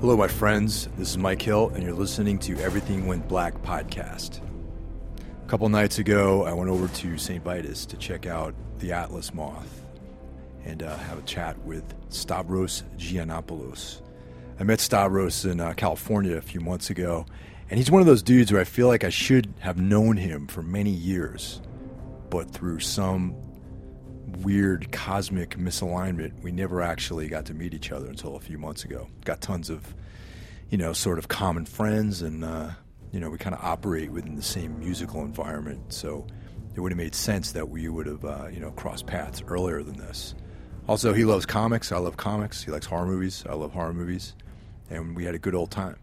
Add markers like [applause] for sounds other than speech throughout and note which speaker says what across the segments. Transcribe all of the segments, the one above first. Speaker 1: Hello, my friends. This is Mike Hill, and you're listening to Everything Went Black podcast. A couple nights ago, I went over to St. Vitus to check out the Atlas Moth and uh, have a chat with Stavros Giannopoulos. I met Stavros in uh, California a few months ago, and he's one of those dudes where I feel like I should have known him for many years, but through some weird cosmic misalignment, we never actually got to meet each other until a few months ago. Got tons of, you know, sort of common friends, and uh, you know, we kind of operate within the same musical environment. So it would have made sense that we would have, uh, you know, crossed paths earlier than this. Also, he loves comics. I love comics. He likes horror movies. I love horror movies, and we had a good old time.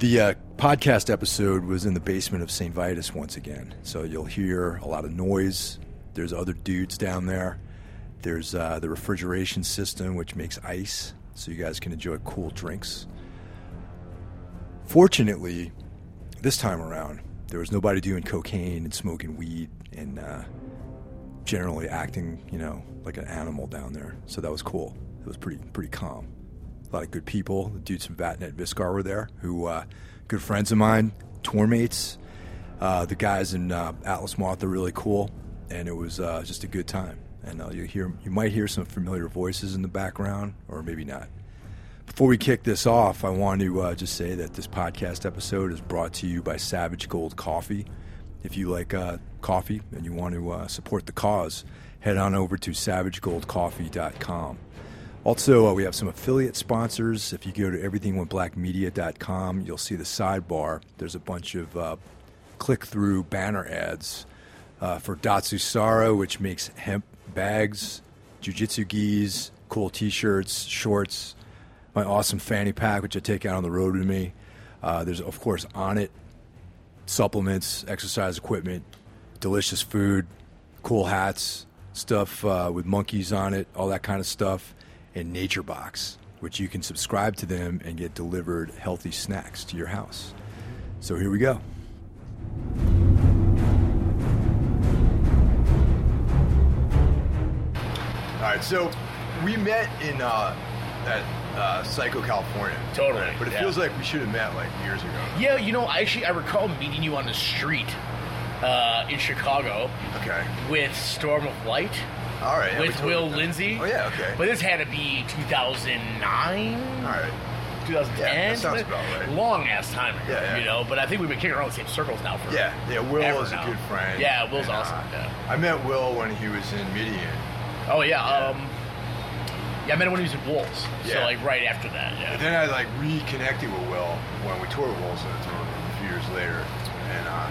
Speaker 1: The uh, podcast episode was in the basement of St. Vitus once again, so you'll hear a lot of noise. There's other dudes down there. There's uh, the refrigeration system, which makes ice, so you guys can enjoy cool drinks. Fortunately, this time around, there was nobody doing cocaine and smoking weed and uh, generally acting, you know, like an animal down there. So that was cool. It was pretty pretty calm. A lot of good people. The dudes from Vatnet Viscar were there, who uh, good friends of mine, tour mates. Uh, the guys in uh, Atlas Moth are really cool, and it was uh, just a good time. And uh, you hear you might hear some familiar voices in the background, or maybe not. Before we kick this off, I want to uh, just say that this podcast episode is brought to you by Savage Gold Coffee. If you like uh, coffee and you want to uh, support the cause, head on over to savagegoldcoffee.com. Also, uh, we have some affiliate sponsors. If you go to everythingwentblackmedia.com, you'll see the sidebar. There's a bunch of uh, click through banner ads uh, for Datsusara, which makes hemp bags, jujitsu gis, cool t shirts, shorts, my awesome fanny pack, which I take out on the road with me. Uh, there's, of course, On It, supplements, exercise equipment, delicious food, cool hats, stuff uh, with monkeys on it, all that kind of stuff, and Nature Box, which you can subscribe to them and get delivered healthy snacks to your house. So here we go. All right, so we met in uh, at uh, Psycho California.
Speaker 2: Totally, But it yeah. feels
Speaker 1: like we should have met like years ago.
Speaker 2: Yeah, you know, actually, I recall meeting you on the street uh, in Chicago
Speaker 1: Okay.
Speaker 2: with Storm of Light
Speaker 1: All right. yeah, we
Speaker 2: with
Speaker 1: totally
Speaker 2: Will
Speaker 1: done.
Speaker 2: Lindsay.
Speaker 1: Oh yeah. Okay.
Speaker 2: But this had to be
Speaker 1: all
Speaker 2: 2009,
Speaker 1: right.
Speaker 2: 2010.
Speaker 1: Yeah, that sounds about right.
Speaker 2: Long ass time ago,
Speaker 1: Yeah, yeah.
Speaker 2: you know. But I think we've been kicking around the same circles now for
Speaker 1: Yeah. Yeah. Will
Speaker 2: ever
Speaker 1: is a
Speaker 2: now.
Speaker 1: good friend.
Speaker 2: Yeah, Will's
Speaker 1: And, uh,
Speaker 2: awesome. Yeah.
Speaker 1: I met Will when he was in Midian.
Speaker 2: Oh yeah. Um, yeah, I met him when he was in Wolves.
Speaker 1: Yeah.
Speaker 2: So like right after that.
Speaker 1: But
Speaker 2: Yeah.
Speaker 1: then I like reconnected with Will when we toured Will's in a tour a few years later, and uh,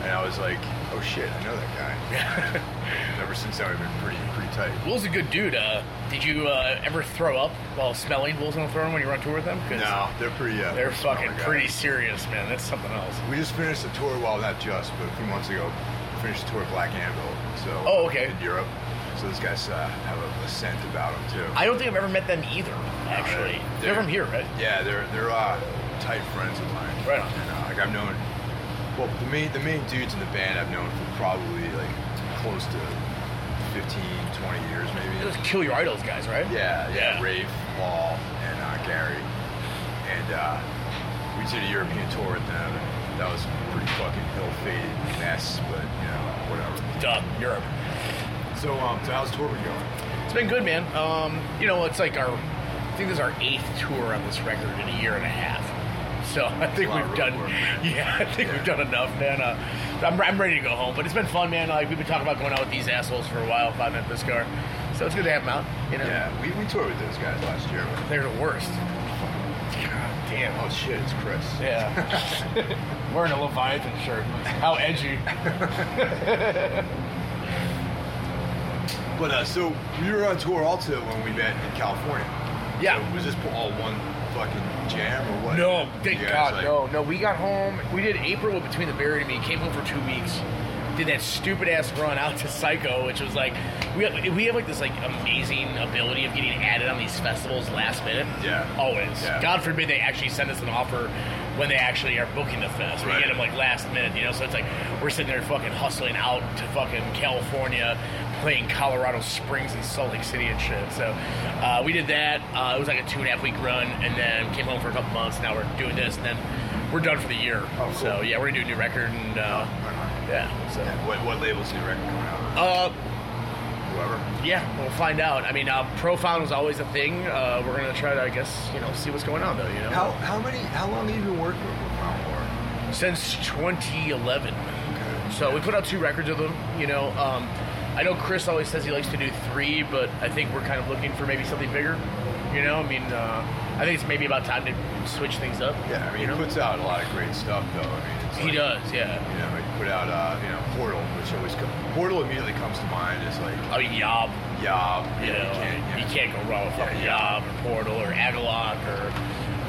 Speaker 1: and I was like, oh shit, I know that guy.
Speaker 2: [laughs]
Speaker 1: And Ever since then, we've been pretty pretty tight.
Speaker 2: Will's a good dude. Uh, did you uh, ever throw up while smelling Will's on the throne when you were on tour with them? 'Cause
Speaker 1: No, they're pretty. Uh,
Speaker 2: They're
Speaker 1: smaller
Speaker 2: fucking
Speaker 1: guys.
Speaker 2: pretty serious, man. That's something else.
Speaker 1: We just finished a tour, well, not just, but a few months ago, we finished a tour of Black Anvil. So.
Speaker 2: Oh, okay.
Speaker 1: In Europe. So those guys uh, have a, a scent about them too.
Speaker 2: I don't think I've ever met them either, actually.
Speaker 1: Alright.
Speaker 2: They're from here, right?
Speaker 1: Yeah, they're they're uh, tight friends of mine.
Speaker 2: Right on.
Speaker 1: And, uh, like I've known, well, the main the main dudes in the band I've known for probably like close to 15, 20 years maybe.
Speaker 2: Those Kill Your Idols guys, right?
Speaker 1: Yeah, yeah,
Speaker 2: Yeah.
Speaker 1: Rafe, Wall, and uh, Gary, and uh, we did a European tour with them. And that was a pretty fucking ill-fated mess, but you know whatever.
Speaker 2: Duh, Europe.
Speaker 1: So um, so how's tour been going?
Speaker 2: It's been good, man. Um, you know, it's like our, I think this is our eighth tour on this record in a year and a half. So I think
Speaker 1: Wow,
Speaker 2: we've
Speaker 1: road
Speaker 2: done,
Speaker 1: work, man.
Speaker 2: [laughs] yeah, I think
Speaker 1: Yeah.
Speaker 2: we've done enough, man. Uh, I'm, I'm ready to go home, but it's been fun, man. Like we've been talking about going out with these assholes for a while, five minute this car. So it's good to have them out. You know,
Speaker 1: Yeah, we, we toured with those guys last year.
Speaker 2: they're the worst. God damn.
Speaker 1: Oh shit, it's Chris. [laughs]
Speaker 2: Yeah. [laughs] Wearing a Leviathan shirt. How edgy.
Speaker 1: But uh, so we were on tour also when we met in California.
Speaker 2: Yeah.
Speaker 1: So was this all one fucking jam or what?
Speaker 2: No, thank
Speaker 1: You guys,
Speaker 2: God,
Speaker 1: like-
Speaker 2: no, no. We got home. We did April between the Barry and me. Came home for two weeks. Did that stupid ass run out to Psycho, which was like we have, we have like this like amazing ability of getting added on these festivals last minute.
Speaker 3: Yeah.
Speaker 2: always.
Speaker 3: Yeah.
Speaker 2: God forbid they actually send us an offer when they actually are booking the fest. We
Speaker 3: Right.
Speaker 2: get them like last minute, you know. So it's like we're sitting there fucking hustling out to fucking California, playing Colorado Springs and Salt Lake City and shit. So uh, we did that. Uh, it was like a two and a half week run, and then came home for a couple months. Now we're doing this, and then we're done for the year.
Speaker 3: Oh, cool.
Speaker 2: So yeah, we're gonna do a new record and uh, yeah. So.
Speaker 3: What, what label's new record coming out?
Speaker 2: Uh,
Speaker 3: Whoever.
Speaker 2: yeah, we'll find out. I mean, uh, profound was always a thing. Uh, we're gonna try to, I guess, you know, see what's going on though. You know,
Speaker 3: How how many how long have you been working with Profound
Speaker 2: since 2011.
Speaker 3: for? Okay.
Speaker 2: So we put out two records of them. You know, um, I know Chris always says he likes to do three, but I think we're kind of looking for maybe something bigger. You know, I mean, uh, I think it's maybe about time to switch things up.
Speaker 3: Yeah, I mean,
Speaker 2: you
Speaker 3: he
Speaker 2: know,
Speaker 3: puts out a lot of great stuff, though. I mean, it's
Speaker 2: he
Speaker 3: like-
Speaker 2: does. Yeah.
Speaker 3: You know, he put out, uh, you know, Portal, which always come, Portal immediately comes to mind as like,
Speaker 2: I mean, Yob.
Speaker 3: Yob,
Speaker 2: You know,
Speaker 3: yeah,
Speaker 2: you can't go wrong with fucking
Speaker 3: Yeah,
Speaker 2: Yob or Portal or Agalock or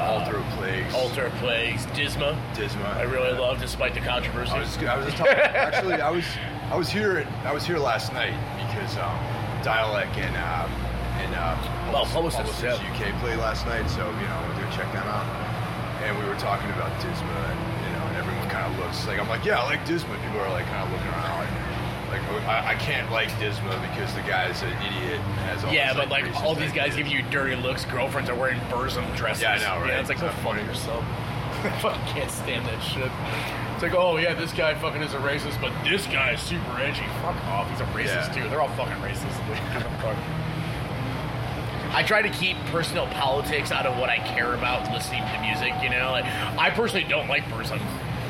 Speaker 2: uh,
Speaker 3: Alter Plagues,
Speaker 2: Alter of Plagues, Disma.
Speaker 3: Disma.
Speaker 2: I really love, despite the controversy.
Speaker 3: I was, I was just talking, actually, I was, I was here, at, I was here last night because um, Dialect and um, and uh,
Speaker 2: Well,
Speaker 3: Publicis-
Speaker 2: Publicis,
Speaker 3: Publicis
Speaker 2: yeah.
Speaker 3: UK played last night, so you know, I went to check them out, and we were talking about Disma, and you know, and everyone kind of looks like I'm like, yeah, I like Disma. People are like kind of looking around like. Like "Oh, I, I can't like Disma because the guy's an idiot. and Has all
Speaker 2: yeah,
Speaker 3: this,
Speaker 2: but like
Speaker 3: racist
Speaker 2: all these guys
Speaker 3: ideas.
Speaker 2: give you dirty looks. Girlfriends are wearing Burzum dresses.
Speaker 3: Yeah, I know, right?
Speaker 2: it's like go
Speaker 3: It's not
Speaker 2: fuck
Speaker 3: funny.
Speaker 2: yourself. [laughs] I fucking can't stand that shit. It's like, oh yeah, this guy fucking is a racist, but this guy is super edgy. Fuck off, he's a racist
Speaker 3: Yeah.
Speaker 2: too. They're all fucking racist. [laughs] Like, fuck. I try to keep personal politics out of what I care about listening to music, you know? Like, I personally don't like Burzum.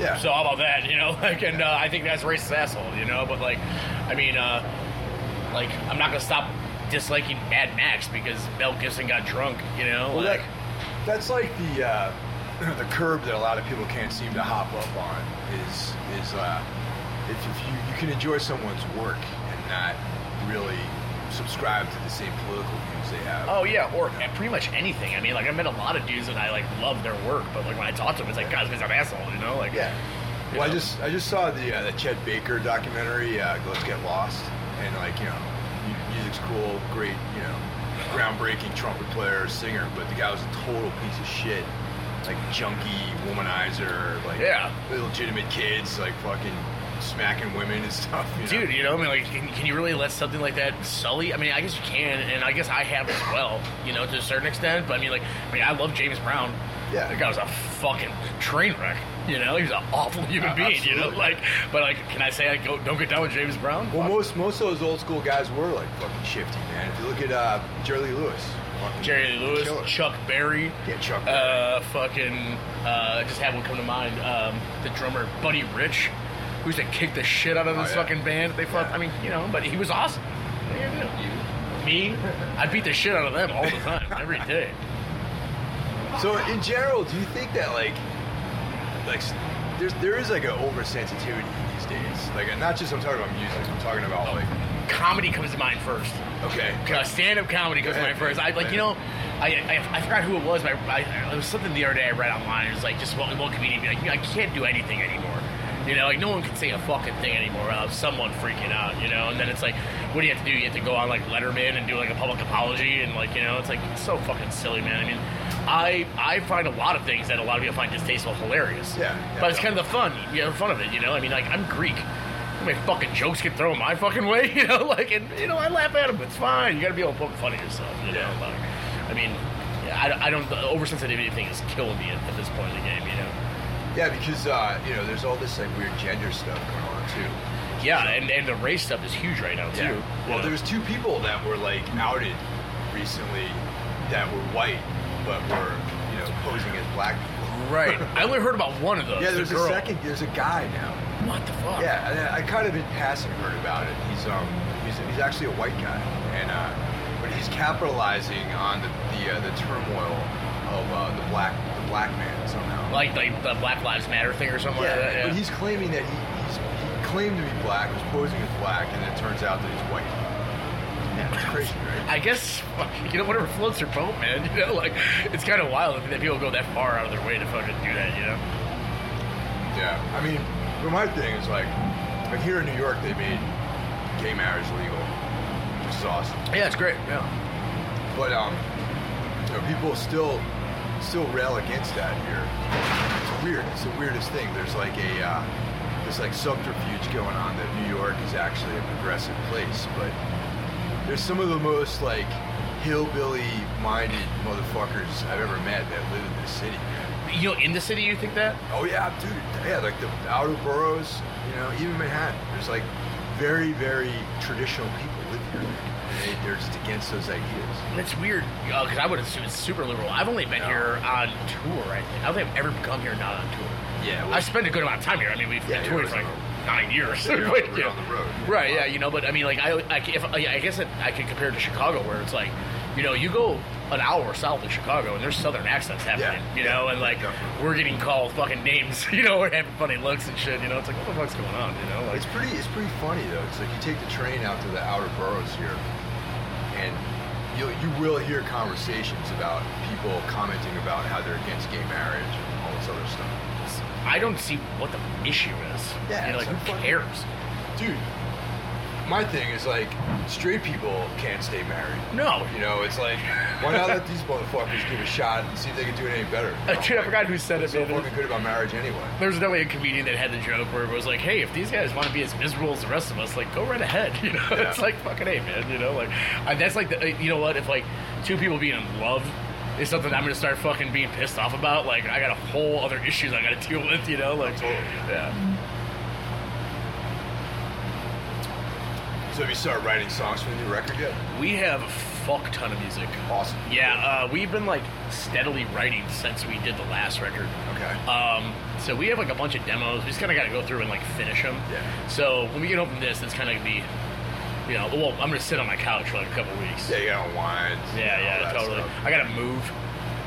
Speaker 3: Yeah.
Speaker 2: So how about that, you know? [laughs] Like, and uh, I think that's racist asshole, you know? But, like, I mean, uh, like, I'm not going to stop disliking Mad Max because Mel Gibson got drunk, you know?
Speaker 3: Well,
Speaker 2: like,
Speaker 3: that, that's like the uh, [clears throat] the curb that a lot of people can't seem to hop up on is is uh, if, if you you can enjoy someone's work and not really subscribe to the same political views they have.
Speaker 2: oh, yeah, or pretty much anything. I mean, like, I met a lot of dudes and I, like, love their work, but, like, when I talk to them, it's like, guys, guys, I'm an asshole, you know? Like,
Speaker 3: yeah.
Speaker 2: You
Speaker 3: Well, I
Speaker 2: know.
Speaker 3: just I just saw the uh, the Chet Baker documentary. Uh, Let's get lost, and like you know, mu- music's cool, great, you know, groundbreaking trumpet player, singer, but the guy was a total piece of shit, like junkie, womanizer, like
Speaker 2: Yeah.
Speaker 3: illegitimate kids, like fucking smacking women and [laughs] stuff. You know?
Speaker 2: Dude, you know, I mean, like, can, can you really let something like that sully? I mean, I guess you can, and I guess I have as well, you know, to a certain extent. But I mean, like, I mean, I love James Brown.
Speaker 3: Yeah.
Speaker 2: that guy was a fucking train wreck. You know, he was an awful human
Speaker 3: Uh,
Speaker 2: being. You know,
Speaker 3: absolutely.
Speaker 2: like, but like, can I say I go, don't get down with James Brown?
Speaker 3: Well, most most of those old school guys were like fucking shifty, man. If you look at uh, Jerry Lee Lewis, fucking
Speaker 2: Jerry Lee Lewis,
Speaker 3: killer.
Speaker 2: Chuck Berry.
Speaker 3: yeah, Chuck.
Speaker 2: Uh, fucking, uh, just had one come to mind. Um, the drummer Buddy Rich, who used to kick the shit out of
Speaker 3: Oh,
Speaker 2: this
Speaker 3: yeah.
Speaker 2: fucking band. They fuck.
Speaker 3: Yeah.
Speaker 2: I mean, you know, but he was awesome. What are you gonna do? Me, I beat the shit out of them all the time, every
Speaker 3: [laughs]
Speaker 2: day.
Speaker 3: So in general, do you think that like, like, there's there is like an oversensitivity these days? Like, not just I'm talking about music. I'm talking about like,
Speaker 2: Comedy comes to mind first.
Speaker 3: okay,
Speaker 2: Uh, stand-up comedy comes to mind first. I like, you know, I, I, I forgot who it was, but I, I, it was something the other day I read online. It was like just one, one comedian be like, I can't do anything anymore. You know, like no one can say a fucking thing anymore without someone freaking out. You know, and then it's like, what do you have to do? You have to go on like Letterman and do like a public apology, and like you know, it's like it's so fucking silly, man. I mean, I I find a lot of things that a lot of people find distasteful hilarious.
Speaker 3: Yeah, yeah,
Speaker 2: but it's
Speaker 3: yeah.
Speaker 2: kind of the fun, you know, fun of it. You know, I mean, like I'm Greek. I mean, fucking jokes get thrown my fucking way, [laughs] you know. Like, and you know, I laugh at them. It's fine. You got to be able to poke fun at yourself, you know.
Speaker 3: Yeah.
Speaker 2: Like, I mean, I, I don't. The oversensitivity thing is killing me at, at this point in the game, you know.
Speaker 3: yeah, because uh, you know there's all this like weird gender stuff going on too.
Speaker 2: Yeah, and, and the race stuff is huge right now too. you
Speaker 3: Well,
Speaker 2: know.
Speaker 3: there's two people that were like outed recently that were white, but were you know posing as black people.
Speaker 2: right. I only heard about one of those.
Speaker 3: Yeah,
Speaker 2: the
Speaker 3: there's a
Speaker 2: girl.
Speaker 3: second. There's a guy now.
Speaker 2: What the fuck?
Speaker 3: Yeah, and I, I kind of in passing heard about it. He's um, he's, he's actually a white guy, and uh, but he's capitalizing on the the, uh, the turmoil of uh, the black the black man somehow.
Speaker 2: Like like the Black Lives Matter thing or something
Speaker 3: yeah,
Speaker 2: like that.
Speaker 3: but he's claiming that he, he's, he claimed to be black, was posing as black, and it turns out that he's white. Yeah, it's crazy, right?
Speaker 2: I guess [laughs] you know whatever floats your boat, man. [laughs] You know, like it's kind of wild that people go that far out of their way to fucking do that. You know.
Speaker 3: Yeah, uh, I mean, but my thing is like, like here in New York, they made gay marriage legal. which is awesome.
Speaker 2: Yeah, it's great. Yeah.
Speaker 3: But um, you know, people still still rail against that here. It's weird. It's the weirdest thing. There's like a uh, this like subterfuge going on that New York is actually a progressive place, but there's some of the most like hillbilly minded motherfuckers I've ever met that live in this city. man.
Speaker 2: You know, in the city, you think that?
Speaker 3: Oh yeah, dude. Yeah, like the outer boroughs. You know, even Manhattan. There's like very very traditional people live here. man. And They, they're just against those ideas.
Speaker 2: That's weird because I would assume it's super liberal. I've only been
Speaker 3: No.
Speaker 2: here on tour. I think I don't think I've ever come here not on tour.
Speaker 3: Yeah, well-
Speaker 2: I spent a good amount of time here. I mean, we've
Speaker 3: Yeah,
Speaker 2: been
Speaker 3: you're
Speaker 2: touring for
Speaker 3: always
Speaker 2: like
Speaker 3: on
Speaker 2: nine years. [laughs]
Speaker 3: Yeah, you're
Speaker 2: But,
Speaker 3: on-
Speaker 2: yeah.
Speaker 3: you're on the road.
Speaker 2: right? Yeah, you know. But I mean, like I, I if I guess it, I could compare it to Chicago, where it's like, you know, you go an hour south of Chicago and there's southern accents happening,
Speaker 3: Yeah,
Speaker 2: you
Speaker 3: yeah,
Speaker 2: know, and like
Speaker 3: definitely.
Speaker 2: we're getting called fucking names, [laughs] you know, we're having funny looks and shit, you know. It's like what the fuck's going on, you know? Like
Speaker 3: It's pretty. It's pretty funny though. It's like you take the train out to the outer boroughs here, and you you will hear conversations about people commenting about how they're against gay marriage and all this other stuff.
Speaker 2: I don't see what the issue is.
Speaker 3: Yeah,
Speaker 2: you know,
Speaker 3: it's like
Speaker 2: like who
Speaker 3: fucking-
Speaker 2: cares?
Speaker 3: Dude, my thing is like straight people can't stay married.
Speaker 2: No, [laughs]
Speaker 3: You know, it's like why not let these motherfuckers give a shot and see if they can do it any
Speaker 2: [laughs]
Speaker 3: better? You
Speaker 2: Uh,
Speaker 3: know,
Speaker 2: dude, I
Speaker 3: like,
Speaker 2: forgot who said it.
Speaker 3: what's So
Speaker 2: man. There was-
Speaker 3: fucking good about marriage anyway.
Speaker 2: there was definitely a comedian that had the joke where it was like, "Hey, if these guys want to be as miserable as the rest of us, like, go right ahead." [laughs] You know,
Speaker 3: Yeah.
Speaker 2: it's like fucking hey, man. You know, like I, that's like the, uh, you know what? If like two people being in love is something I'm gonna start fucking being pissed off about, like I got a whole other issues I got to deal with. You know, like
Speaker 3: Totally.
Speaker 2: yeah.
Speaker 3: So have you started writing songs for the new record yet?
Speaker 2: We have a fuck ton of music.
Speaker 3: Awesome.
Speaker 2: Yeah, uh, we've been like steadily writing since we did the last record.
Speaker 3: Okay.
Speaker 2: Um, so we have like a bunch of demos. We just kind of got to go through and like finish them.
Speaker 3: Yeah.
Speaker 2: So when we get home from this, it's kind of gonna be, you know, well, I'm gonna sit on my couch for like a couple weeks.
Speaker 3: yeah, you got wine.
Speaker 2: yeah, yeah, totally. I gotta move.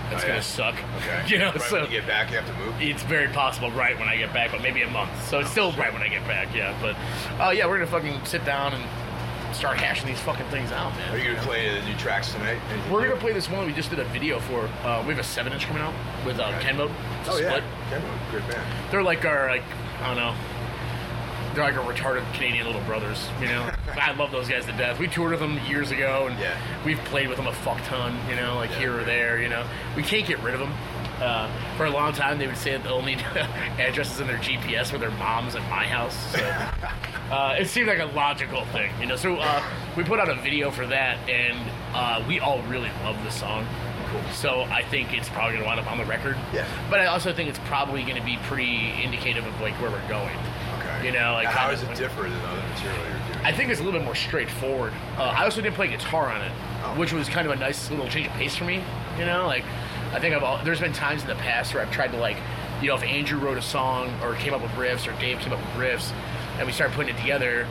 Speaker 2: That's
Speaker 3: Oh,
Speaker 2: gonna
Speaker 3: yeah.
Speaker 2: suck.
Speaker 3: Okay.
Speaker 2: [laughs] You know,
Speaker 3: right
Speaker 2: so
Speaker 3: when you get back, you have to move.
Speaker 2: it's very possible right when I get back, but maybe a month. So
Speaker 3: Oh,
Speaker 2: it's still right when I get back. Yeah, but oh yeah, we're gonna fucking sit down and start hashing these fucking things out, man.
Speaker 3: Are you gonna play the new tracks tonight? Anything
Speaker 2: we're gonna
Speaker 3: new?
Speaker 2: play this one we just did a video for. Uh, we have a seven inch coming out with uh,
Speaker 3: Okay.
Speaker 2: Ken Mode. It's a
Speaker 3: Oh yeah,
Speaker 2: split.
Speaker 3: Kenwood, great band.
Speaker 2: They're like our like I don't know. They're like our retarded Canadian little brothers,
Speaker 3: [laughs]
Speaker 2: you know. I love those guys to death. We toured with them years ago, and
Speaker 3: Yeah.
Speaker 2: we've played with them a fuck ton, you know, like
Speaker 3: Yeah.
Speaker 2: here or there, you know. We can't get rid of them. Uh, for a long time, they would say that the only [laughs] addresses in their GPS were their mom's and my house. So uh, it seemed like a logical thing, you know. So uh, we put out a video for that, and uh, we all really love the song.
Speaker 3: Cool.
Speaker 2: So I think it's probably gonna wind up on the record.
Speaker 3: Yeah.
Speaker 2: But I also think it's probably gonna be pretty indicative of like where we're going.
Speaker 3: Okay.
Speaker 2: You know, like
Speaker 3: Now, how
Speaker 2: kind
Speaker 3: does
Speaker 2: of-
Speaker 3: it differ than other material you're doing?
Speaker 2: I think it's a little bit more straightforward. Uh, I also didn't play guitar on it,
Speaker 3: Oh.
Speaker 2: which was kind of a nice little change of pace for me. You know, like I think I've all, there's been times in the past where I've tried to like, you know, if Andrew wrote a song or came up with riffs or Dave came up with riffs, and we started putting it together.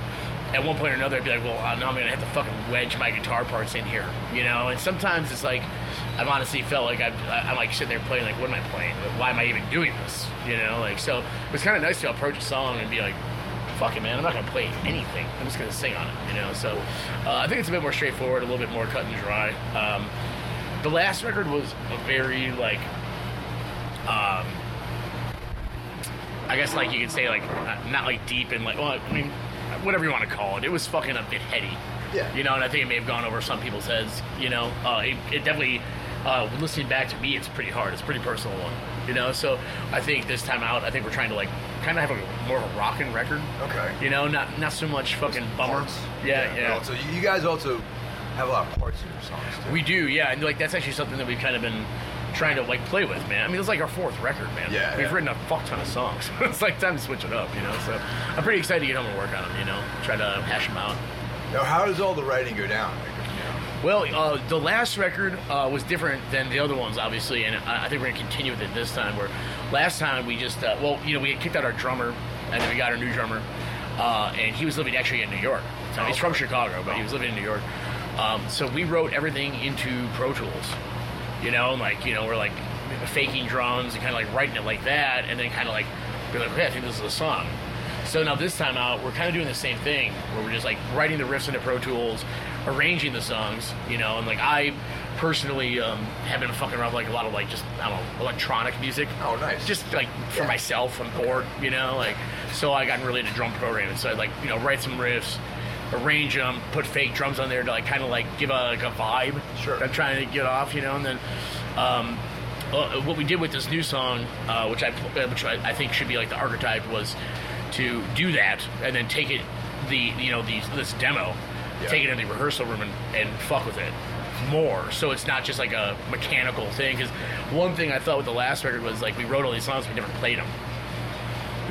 Speaker 2: At one point or another, I'd be like, well, uh, now I'm gonna have to fucking wedge my guitar parts in here, you know. And sometimes it's like, I've honestly felt like I'm, I'm like sitting there playing, like, what am I playing? Why am I even doing this? You know, like so. It was kind of nice to approach a song and be like, fuck it, man. I'm not gonna play anything. I'm just gonna sing on it, you know. So uh, I think it's a bit more straightforward, a little bit more cut and dry. Um, the last record was a very like, um, I guess like you could say like not not, like deep and like well, I mean whatever you want to call it. It was fucking a bit heady.
Speaker 3: Yeah.
Speaker 2: You know, and I think it may have gone over some people's heads. You know, uh, it, it definitely. Uh, listening back to me, it's pretty hard. It's a pretty personal one, you know. So I think this time out, I think we're trying to like kind of have a more of a rockin' record.
Speaker 3: Okay.
Speaker 2: You know, not not so much fucking bummer.
Speaker 3: Parts.
Speaker 2: Yeah,
Speaker 3: but
Speaker 2: yeah.
Speaker 3: Also, you you guys also have a lot of parts in your songs. Too.
Speaker 2: We do, yeah, and like that's actually something that we've kind of been trying to like play with, man. I mean, it's like our fourth record, man.
Speaker 3: Yeah,
Speaker 2: we've
Speaker 3: yeah.
Speaker 2: written a fuck ton of songs. [laughs] it's like time to switch it up, you know. So I'm pretty excited to get home and work on them, you know, try to hash them out.
Speaker 3: Now, how does all the writing go down? Like, you
Speaker 2: Well, uh, the last record uh, was different than the other ones, obviously, and I I think we're gonna continue with it this time. Where last time we just, uh, well, you know, we had kicked out our drummer, and then we got our new drummer, uh, and he was living actually in New York. Now, he's from Chicago, but he was living in New York. Um, so we wrote everything into Pro Tools you know, and like you know, we're like faking drums and kind of like writing it like that, and then kind of like we're like, okay, I think this is a song. So now this time out, we're kind of doing the same thing where we're just like writing the riffs into Pro Tools, arranging the songs, you know, and like I personally um, have been fucking around with like a lot of like just I don't know electronic music.
Speaker 3: Oh, nice.
Speaker 2: Just like for
Speaker 3: Yeah.
Speaker 2: myself, I'm bored, you know, like so I got really into drum programming. So I like you know write some riffs, arrange them, put fake drums on there to like kind of like give a, like a vibe.
Speaker 3: Sure.
Speaker 2: that I'm trying to get off, you know. And then um, uh, what we did with this new song, uh, which I uh, which I, I think should be like the archetype, was to do that and then take it the you know these this demo,
Speaker 3: Yeah.
Speaker 2: take it in the rehearsal room and, and fuck with it more so it's not just like a mechanical thing because one thing i thought with the last record was like we wrote all these songs we never played them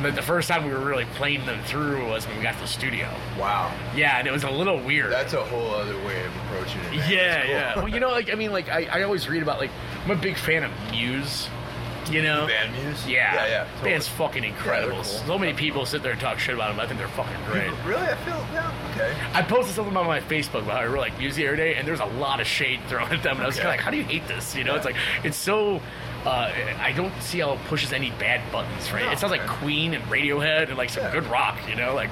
Speaker 2: but the first time we were really playing them through was when we got to the studio.
Speaker 3: Wow.
Speaker 2: Yeah, and it was a little weird.
Speaker 3: That's a whole other way of approaching it. man.
Speaker 2: yeah,
Speaker 3: That's cool. [laughs]
Speaker 2: yeah. Well, you know, like I mean, like I, I always read about like I'm a big fan of Muse. You know,
Speaker 3: Band Muse?
Speaker 2: Yeah,
Speaker 3: Yeah, yeah, totally.
Speaker 2: Band's fucking incredible.
Speaker 3: cool.
Speaker 2: So many people sit there and talk shit about them. I think they're fucking great.
Speaker 3: Really? I feel, yeah, okay.
Speaker 2: I posted something on my Facebook about how I really like Muse the other day, and there's a lot of shade thrown at them. And I was
Speaker 3: Okay.
Speaker 2: kind of like, how do you hate this? You know, it's
Speaker 3: Yeah.
Speaker 2: like it's so. Uh, I don't see how it pushes any bad buttons, right?
Speaker 3: No,
Speaker 2: it sounds like
Speaker 3: man.
Speaker 2: Queen and Radiohead and like some
Speaker 3: Yeah.
Speaker 2: good rock, you know. Like,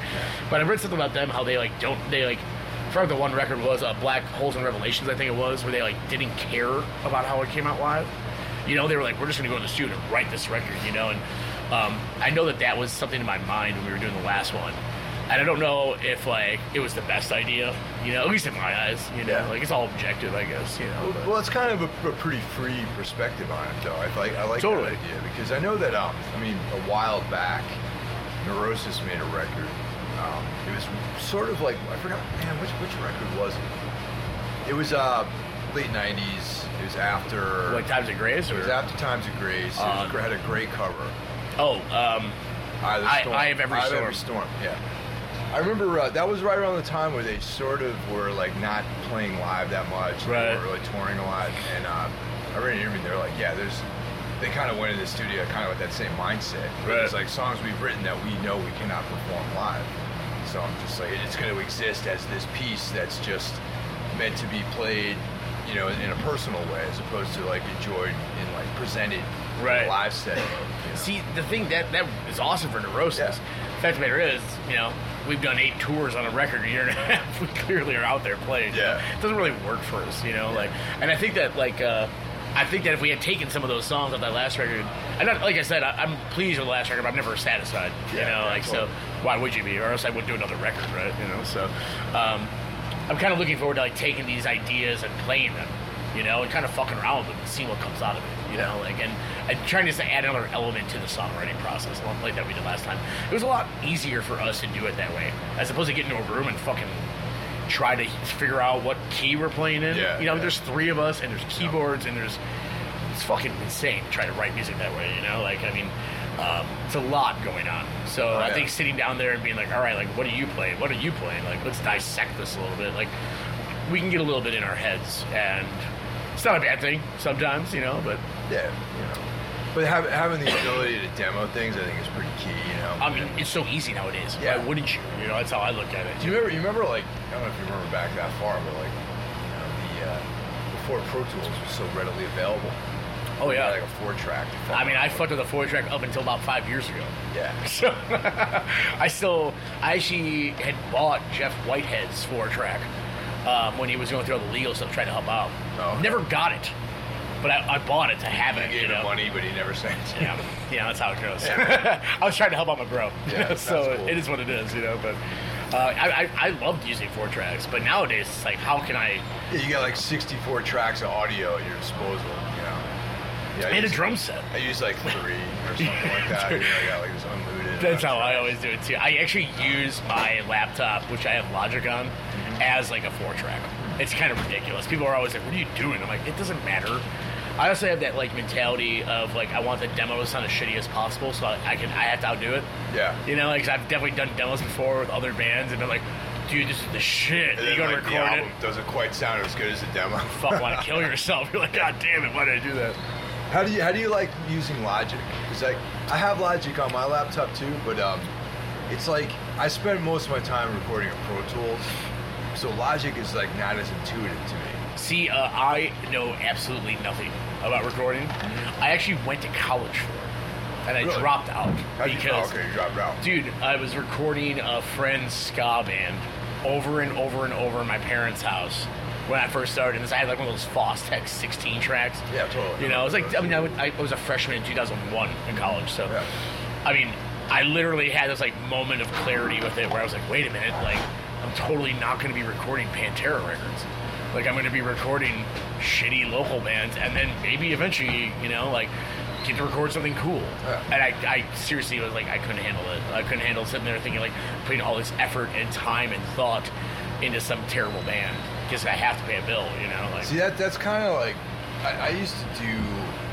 Speaker 2: but I read something about them how they like don't they like. I forgot what the one record was uh, Black Holes and Revelations, I think it was, where they like didn't care about how it came out live. You know, they were like, we're just gonna go in the studio and write this record, you know. And um, I know that that was something in my mind when we were doing the last one, and I don't know if like it was the best idea, you know, at least in my eyes, you know,
Speaker 3: Yeah.
Speaker 2: like it's all objective, I guess, you know. but-
Speaker 3: Well, it's kind of a, a pretty free perspective on it, though. I like I like
Speaker 2: Totally.
Speaker 3: that idea because I know that um, I mean, a while back, Neurosis made a record. Um, it was sort of like I forgot, man, which which record was it? It was uh, late '90s. It was after.
Speaker 2: like Times of Grace,
Speaker 3: it was
Speaker 2: or
Speaker 3: after Times of Grace. It
Speaker 2: Uh,
Speaker 3: was, had a great cover.
Speaker 2: oh, um,
Speaker 3: Eye of the
Speaker 2: I-
Speaker 3: Storm.
Speaker 2: Eye of Every
Speaker 3: Eye
Speaker 2: Storm.
Speaker 3: Every Storm, Yeah. I remember uh, that was right around the time where they sort of were like not playing live that much. They
Speaker 2: Right.
Speaker 3: weren't really touring a lot, and uh, I read an interview. They're like, yeah, there's. They kind of went into the studio kind of with that same mindset. where
Speaker 2: Right.
Speaker 3: It's like songs we've written that we know we cannot perform live. So I'm just like, it's going to exist as this piece that's just meant to be played, you know, in a personal way, as opposed to like enjoyed and like presented in
Speaker 2: Right.
Speaker 3: a live setting. you know?
Speaker 2: See, the thing that that is awesome for Neurosis. The fact of the matter is, you know, we've done eight tours on a record a year and a [laughs] half. We clearly are out there playing.
Speaker 3: Yeah.
Speaker 2: It doesn't really work for us, you know. Like, and I think that like. uh I think that if we had taken some of those songs on that last record, and not, like I said, I, I'm pleased with the last record, but I'm never satisfied. you
Speaker 3: Yeah,
Speaker 2: know,
Speaker 3: yeah,
Speaker 2: like
Speaker 3: totally.
Speaker 2: so, why would you be? Or else I would do another record, right? You know, so um, I'm kind of looking forward to like taking these ideas and playing them, you know, and kind of fucking around with them and seeing what comes out of it you know, like and, and trying just to add another element to the songwriting process, along like that we did last time. It was a lot easier for us to do it that way, as opposed to get into a room and fucking try to figure out what key we're playing in.
Speaker 3: Yeah,
Speaker 2: you know,
Speaker 3: yeah.
Speaker 2: there's three of us and there's keyboards and there's it's fucking insane trying to write music that way. You know, like I mean, um, it's a lot going on. So I
Speaker 3: Oh, yeah.
Speaker 2: think sitting down there and being like, all right, like what are you playing? What are you playing? Like let's dissect this a little bit. Like we can get a little bit in our heads and. It's not a bad thing sometimes, you know, but
Speaker 3: Yeah, you know. But have, having the ability to demo things, I think, is pretty key. You know.
Speaker 2: I mean, it's so easy nowadays.
Speaker 3: Yeah.
Speaker 2: Why wouldn't you? You know, that's how I look at it.
Speaker 3: do you remember? You remember like I don't know if you remember back that far, but like you know, the uh, before Pro Tools was so readily available.
Speaker 2: Oh
Speaker 3: You had,
Speaker 2: yeah.
Speaker 3: like a four track.
Speaker 2: I mean, I fucked with a four track up until about five years ago. [laughs]
Speaker 3: Yeah.
Speaker 2: So I still, I actually had bought Jeff Whitehead's four track um, when he was going through all the legal stuff trying to help out.
Speaker 3: Oh, okay.
Speaker 2: Never got it, but I, I bought it to have
Speaker 3: He
Speaker 2: it.
Speaker 3: gave
Speaker 2: you know?
Speaker 3: him money, but he never sent
Speaker 2: [laughs]
Speaker 3: it.
Speaker 2: Yeah, yeah, that's how
Speaker 3: [laughs]
Speaker 2: it goes. [laughs] I was trying to help out my bro.
Speaker 3: Yeah,
Speaker 2: [laughs]
Speaker 3: that's
Speaker 2: so
Speaker 3: cool.
Speaker 2: it is what it is, you know. But uh, I, I, I loved using four tracks, but nowadays it's like, how can I
Speaker 3: Yeah, you got like 64 tracks of audio at your disposal. You know. Yeah. I
Speaker 2: and a
Speaker 3: used-
Speaker 2: drum set?
Speaker 3: I used like three or something
Speaker 2: [laughs]
Speaker 3: like that. You know, I got like this unlimited.
Speaker 2: That's how
Speaker 3: amount
Speaker 2: I
Speaker 3: of
Speaker 2: always do it too. I actually use my laptop, which I have Logic on,
Speaker 3: Mm-hmm.
Speaker 2: as like a four track. It's kind of ridiculous. People are always like, "What are you doing?" I'm like, "It doesn't matter." I also have that like mentality of like I want the demo to sound as shitty as possible, so I, I can I have to outdo it.
Speaker 3: tracks. Yeah.
Speaker 2: You know, like 'cause I've definitely done demos before with other bands, and they're like, "Dude, this is the
Speaker 3: And
Speaker 2: shit." you
Speaker 3: then,
Speaker 2: go to
Speaker 3: like, the
Speaker 2: record it,
Speaker 3: album doesn't quite sound as good as the demo.
Speaker 2: fuck, want to kill yourself. [laughs] You're like, "God damn it, why did I do that?"
Speaker 3: How do you how do you like using Logic? Because I I have Logic on my laptop too, but um, it's like I spend most of my time recording in Pro Tools, so Logic is like not as intuitive to me.
Speaker 2: See, uh, I know absolutely nothing about recording. I actually went to college for it, and I
Speaker 3: Mm-hmm. Really?
Speaker 2: dropped out
Speaker 3: How do you- oh,
Speaker 2: because,
Speaker 3: okay, you dropped out.
Speaker 2: dude, I was recording a friend's ska band over and over and over in my parents' house when I first started. And I had like one of those Fostex 16 tracks.
Speaker 3: Yeah, totally.
Speaker 2: You know, it was like I mean, I, would, I was a freshman in 2001 in college, so
Speaker 3: Yeah.
Speaker 2: I mean, I literally had this like moment of clarity with it where I was like, wait a minute, like I'm I'm totally not going to be recording Pantera records. Like I'm going to be recording shitty local bands, and then maybe eventually, you know, like get to record something cool.
Speaker 3: Yeah.
Speaker 2: And I, I seriously was like, I couldn't handle it. I couldn't handle sitting there thinking like putting all this effort and time and thought into some terrible band because I have to pay a bill, you know. Like,
Speaker 3: See that that's kind of like I, I used to do.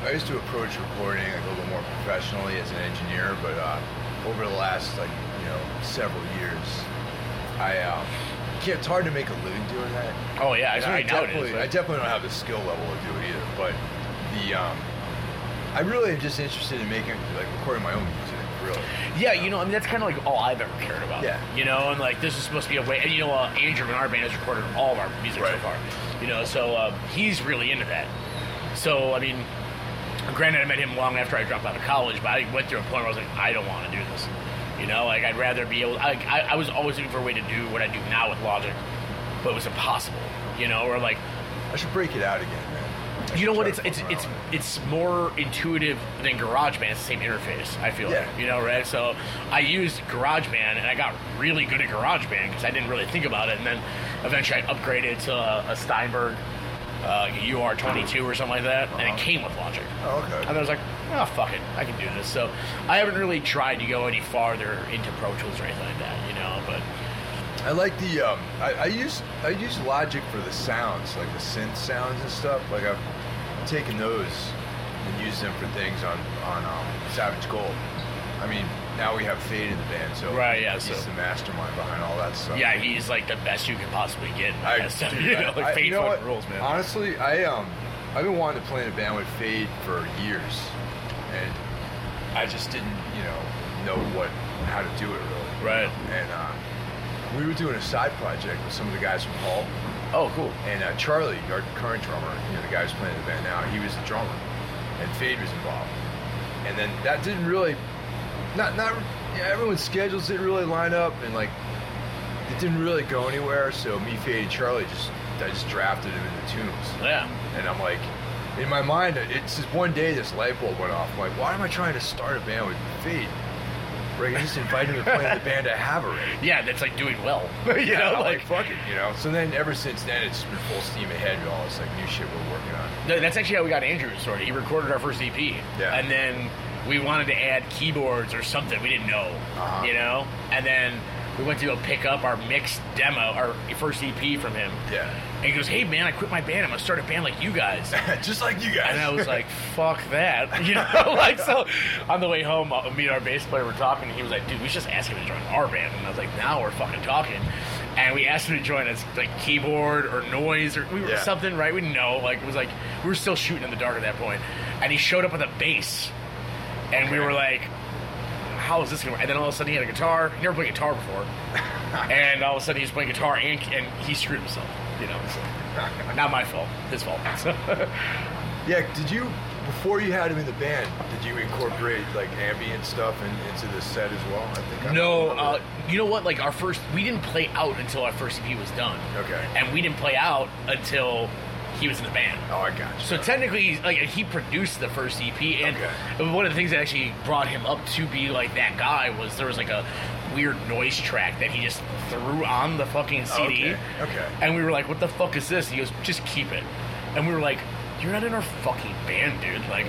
Speaker 3: I used to approach recording like, a little more professionally as an engineer, but uh, over the last like you know several years, I um, yeah, it's hard to make a living doing that.
Speaker 2: oh yeah, I,
Speaker 3: And
Speaker 2: I, doubt
Speaker 3: definitely,
Speaker 2: it.
Speaker 3: I definitely don't have the skill level to do it either. But the um, I really am just interested in making like recording my own music. Really.
Speaker 2: Yeah, you know, I mean, that's kind of like all I've ever cared about.
Speaker 3: Yeah.
Speaker 2: You know, and like this is supposed to be a way. And you know, uh, Andrew in our band has recorded all of our music so
Speaker 3: Right.
Speaker 2: far. You know, so um, he's really into that. So I mean, granted, I met him long after I dropped out of college, but I went through a point where I was like, I don't want to do this. You know, like I'd rather be able. I, I, I was always looking for a way to do what I do now with Logic, but it was impossible. You know, or like
Speaker 3: I should break it out again, man. I
Speaker 2: you
Speaker 3: should
Speaker 2: know what?
Speaker 3: try
Speaker 2: It's
Speaker 3: to fuck
Speaker 2: it's it's
Speaker 3: around with it.
Speaker 2: it's more intuitive than GarageBand. It's the same interface. I feel
Speaker 3: Yeah.
Speaker 2: like you know, right? So I used GarageBand and I got really good at GarageBand because I didn't really think about it, and then eventually I upgraded to a, a Steinberg uh, UR22 or something like that, and
Speaker 3: Uh-huh.
Speaker 2: it came with Logic.
Speaker 3: Oh, okay.
Speaker 2: And I was like, oh fuck it, I can do this. So I haven't really tried to go any farther into Pro Tools or anything like that, you know. But
Speaker 3: I like the um, I, I use I use Logic for the sounds, like the synth sounds and stuff. Like I've taken those and used them for things on on um, Savage Gold. I mean, now we have Fade in the band, so
Speaker 2: Right, yeah,
Speaker 3: he's
Speaker 2: so-
Speaker 3: the mastermind behind all that stuff.
Speaker 2: yeah, he's like the best you can possibly get. in
Speaker 3: I,
Speaker 2: that stuff,
Speaker 3: dude,
Speaker 2: [laughs] you
Speaker 3: I-
Speaker 2: know, like
Speaker 3: I-
Speaker 2: Fade
Speaker 3: you know what?
Speaker 2: fucking rules, man.
Speaker 3: Honestly, I um, I've been wanting to play in a band with Fade for years, and I just didn't, you know, know what how to do it really.
Speaker 2: Right.
Speaker 3: And uh, we were doing a side project with some of the guys from Hall,
Speaker 2: Oh, cool.
Speaker 3: and uh, Charlie, our current drummer, you know, the guy who's playing in the band now, he was the drummer, and Fade was involved. And then that didn't really, not not yeah, everyone's schedules didn't really line up, and like it didn't really go anywhere. So me, Fade, and Charlie just I just drafted him in the tunes,
Speaker 2: Yeah.
Speaker 3: and I'm like, in my mind, it's just one day this light bulb went off. I'm like, why am I trying to start a band with Fade? Right, I just invited him to play in the band I have already
Speaker 2: Yeah, that's like doing well. [laughs] you
Speaker 3: yeah,
Speaker 2: know,
Speaker 3: like,
Speaker 2: like,
Speaker 3: fuck it, you know. So then ever since then, it's been full steam ahead with all this like new shit we're working on.
Speaker 2: No, that's actually how we got Andrew's story. He recorded our first EP,
Speaker 3: Yeah.
Speaker 2: and then we wanted to add keyboards or something. We didn't know,
Speaker 3: Uh-huh.
Speaker 2: you know. And then we went to go pick up our mixed demo, our first EP from him.
Speaker 3: Yeah,
Speaker 2: And he goes, "Hey man, I quit my band. I'm gonna start a band like you guys."
Speaker 3: [laughs] just like you guys.
Speaker 2: And I
Speaker 3: [laughs]
Speaker 2: was like, fuck that. [laughs] You know, like, so on the way home, uh, me and our bass player were talking, and he was like, dude, we should just ask him to join our band. And I was like, now we're fucking talking. And we asked him to join us, like, keyboard or noise or we were
Speaker 3: Yeah.
Speaker 2: something, right? We didn't know. Like, it was like, we were still shooting in the dark at that point. And he showed up with a bass. And we
Speaker 3: Okay.
Speaker 2: were like, how is this going to work? And then all of a sudden, he had a guitar. He never played guitar
Speaker 3: [laughs]
Speaker 2: before. and all of a sudden, he was playing guitar, and, and he screwed himself, you know? So, not my fault, his fault. [laughs] So.
Speaker 3: yeah. Did you before you had him in the band? Did you incorporate like ambient stuff in, into the set as well? I think. I
Speaker 2: No,
Speaker 3: remember.
Speaker 2: uh, you know what? Like our first, we didn't play out until our first EP was done.
Speaker 3: Okay.
Speaker 2: And we didn't play out until he was in the band.
Speaker 3: oh, I got you.
Speaker 2: So technically, like he produced the first EP, and
Speaker 3: Okay.
Speaker 2: one of the things that actually brought him up to be like that guy was there was like a weird noise track that he just threw on the fucking CD.
Speaker 3: Okay, okay.
Speaker 2: And we were like, "What the fuck is this?" And he goes, "Just keep it." And we were like, "You're not in our fucking band, dude." Like,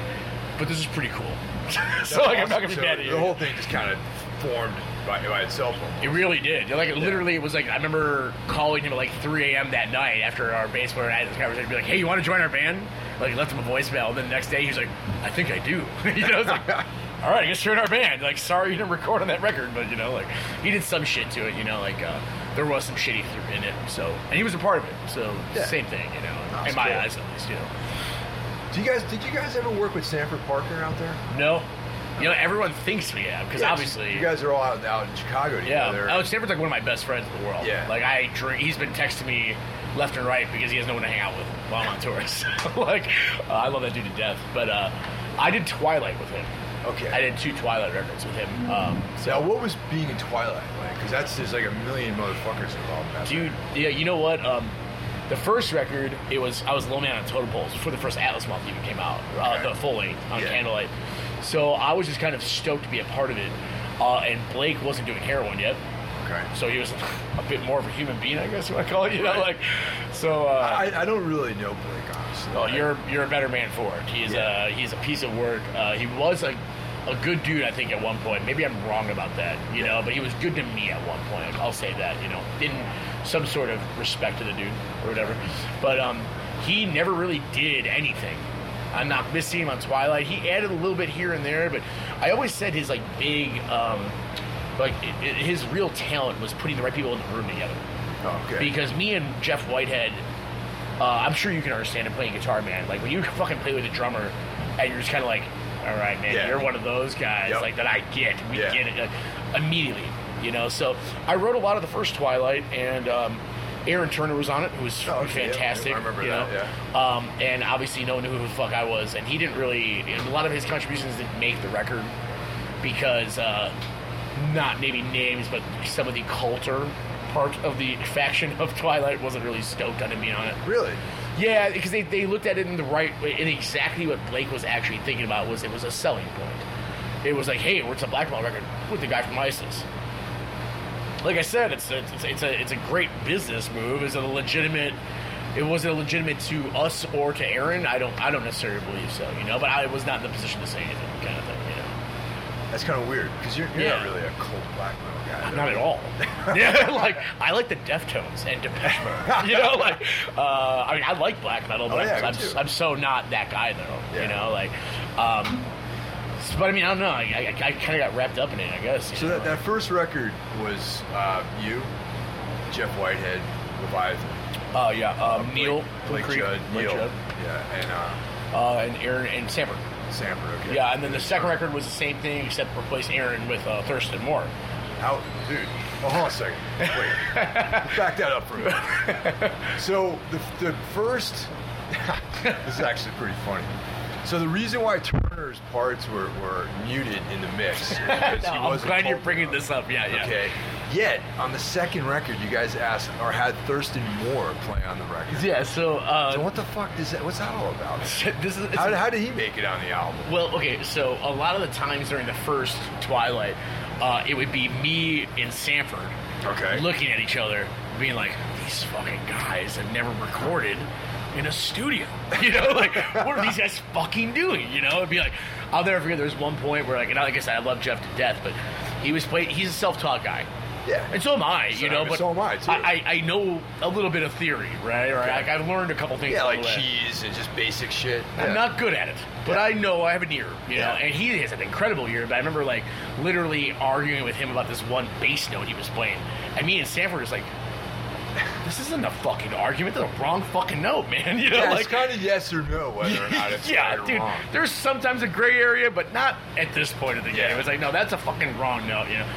Speaker 2: but this is pretty cool. so like, I'm not gonna be
Speaker 3: So
Speaker 2: mad at you.
Speaker 3: The whole thing just kind of formed by, by itself. almost.
Speaker 2: It really did. Like, it literally, it was like I remember calling him at like 3 a.m. that night after our bass player had this conversation. Be like, "Hey, you want to join our band?" Like, left him a voicemail. And then the next day, he's like, "I think I do." [laughs] you know,
Speaker 3: [laughs]
Speaker 2: it's like, "All right, I guess you're in our band." Like, sorry you didn't record on that record, but you know, like he did some shit to it. You know, like uh, there was some shitty th- in it. So, and he was a part of it. So,
Speaker 3: Yeah.
Speaker 2: same thing. You know,
Speaker 3: That's
Speaker 2: in my
Speaker 3: cool.
Speaker 2: eyes at least. You know.
Speaker 3: Do you guys? Did you guys ever work with Sanford Parker out there?
Speaker 2: No, you know, everyone thinks we have because
Speaker 3: Yeah,
Speaker 2: obviously
Speaker 3: you guys are all out, out in Chicago
Speaker 2: Yeah,
Speaker 3: together.
Speaker 2: Alex Stanford's like one of my best friends in the world.
Speaker 3: Yeah.
Speaker 2: like I drink. He's been texting me left and right because he has no one to hang out with while I'm on tour. [laughs] So, like, uh, I love that dude to death. But uh, I did Twilight with him.
Speaker 3: Okay.
Speaker 2: I did two Twilight records with him. Um,
Speaker 3: Now, what was being in Twilight like? Because that's there's like a million motherfuckers involved. in that.
Speaker 2: dude, yeah, you know what? Um, the first record, it was I was low man on totem poles before the first Atlas month even came out.
Speaker 3: Okay.
Speaker 2: Uh, the full length on
Speaker 3: Yeah.
Speaker 2: Candlelight. So I was just kind of stoked to be a part of it. Uh, and Blake wasn't doing heroin yet.
Speaker 3: Okay.
Speaker 2: So he was a bit more of a human being, I guess you want to call it. You know, like so. Uh,
Speaker 3: I, I don't really know Blake, honestly.
Speaker 2: well, Oh, you're you're a better man for it. He's uh he's a piece of work. Uh, he was a a good dude, I think, at one point. Maybe I'm wrong about that, you know. But he was good to me at one point. I'll say that, you know, in some sort of respect to the dude or whatever. But um, he never really did anything. I'm not missing him on Twilight. He added a little bit here and there, but I always said his like big um, like i- i- his real talent was putting the right people in the room together
Speaker 3: Oh, okay.
Speaker 2: because me and Jeff Whitehead, uh, I'm sure you can understand it playing guitar, man. Like when you [laughs] fucking play with a drummer, and you're just kind of like, all right, man,
Speaker 3: Yeah.
Speaker 2: you're one of those guys,
Speaker 3: Yep.
Speaker 2: like that I get, we
Speaker 3: Yeah.
Speaker 2: get it like, immediately, you know. So I wrote a lot of the first Twilight, and um, Aaron Turner was on it, who was
Speaker 3: Oh, okay, yeah,
Speaker 2: fantastic.
Speaker 3: I remember
Speaker 2: you
Speaker 3: that,
Speaker 2: know? Um, and obviously, no one knew who the fuck I was, and he didn't really. A lot of his contributions didn't make the record because uh, not maybe names, but some of the culter part of the [laughs] faction of Twilight wasn't really stoked on him being on it.
Speaker 3: really?
Speaker 2: Yeah, because they, they looked at it in the right way, and exactly what Blake was actually thinking about was it was a selling point. It was like, hey, it's a blackmail record with the guy from ISIS. Like I said, it's a, it's, a- it's a it's a great business move. Is it a legitimate? It wasn't a legitimate to us or to Aaron. I don't I don't necessarily believe so, you know. But I was not in the position to say anything, kind of thing, you know.
Speaker 3: That's kind of weird because you're, you're
Speaker 2: Yeah.
Speaker 3: not really a cold black metal guy.
Speaker 2: Not
Speaker 3: [laughs]
Speaker 2: at all. yeah, like I like the Deftones and Depeche Mode. You know,
Speaker 3: [laughs]
Speaker 2: like uh, I mean, I like black metal, but
Speaker 3: Oh, yeah,
Speaker 2: I'm,
Speaker 3: me
Speaker 2: I'm,
Speaker 3: too.
Speaker 2: I'm so not that guy though. You
Speaker 3: Yeah.
Speaker 2: know, like, um, s- but I mean, I don't know. I, I, I kind of got wrapped up in it, I guess. you
Speaker 3: So
Speaker 2: know,
Speaker 3: that, that first record was uh, you, Jeff Whitehead, Leviathan,
Speaker 2: like- Oh yeah, um, Neil from
Speaker 3: Blake
Speaker 2: Creek,
Speaker 3: Judd,
Speaker 2: Blake
Speaker 3: Neil,
Speaker 2: Judd,
Speaker 3: yeah, and
Speaker 2: uh, and Aaron and Samper.
Speaker 3: uh, Samper. Okay.
Speaker 2: Yeah, and then the second record was the same thing except replace Aaron with uh, Thurston Moore.
Speaker 3: How, dude? Well, hold on a second.
Speaker 2: [laughs]
Speaker 3: Wait, back that up for a minute. So the, the first, [laughs] this is actually pretty funny. So the reason why Turner's parts were, were muted in the mix,
Speaker 2: [laughs]
Speaker 3: is because he
Speaker 2: I'm
Speaker 3: was a
Speaker 2: glad you're
Speaker 3: folk
Speaker 2: bringing
Speaker 3: rock.
Speaker 2: this up. Yeah, yeah.
Speaker 3: Okay. Yet on the second record, you guys asked or had Thurston Moore play on the record.
Speaker 2: Yeah. So, uh,
Speaker 3: So what the fuck is that? What's that all about?
Speaker 2: [laughs] this is it's
Speaker 3: How, how did he make it on the album?
Speaker 2: Well, okay, so a lot of the times during the first Twilight, uh, it would be me and Sanford
Speaker 3: Okay.
Speaker 2: looking at each other, being like, these fucking guys have never recorded in a studio. [laughs] You know, like, what are these guys fucking doing? You know, it'd be like, I'll never forget there's one point where, like, and like I said, I love Jeff to death, but he was playing, he's a self taught guy.
Speaker 3: Yeah.
Speaker 2: And so am I, you
Speaker 3: So-
Speaker 2: know. But
Speaker 3: so am I, too.
Speaker 2: I, I know a little bit of theory, right? Or like I've learned a couple things.
Speaker 3: Yeah,
Speaker 2: along
Speaker 3: like
Speaker 2: the way.
Speaker 3: keys and just basic shit.
Speaker 2: I'm
Speaker 3: Yeah.
Speaker 2: not good at it, but I know I have an ear, you know.
Speaker 3: Yeah.
Speaker 2: And he has an incredible ear. But I remember like literally arguing with him about this one bass note he was playing, and me and Sanford was like, "This isn't a fucking argument. That's a wrong fucking note, man." [laughs] You know,
Speaker 3: Yeah,
Speaker 2: like
Speaker 3: it's kind of yes or no whether or not it's
Speaker 2: [laughs] yeah,
Speaker 3: right or
Speaker 2: dude.
Speaker 3: wrong.
Speaker 2: There's sometimes a gray area, but not at this point of the game.
Speaker 3: Yeah.
Speaker 2: It's like, no, that's a fucking wrong note, you know.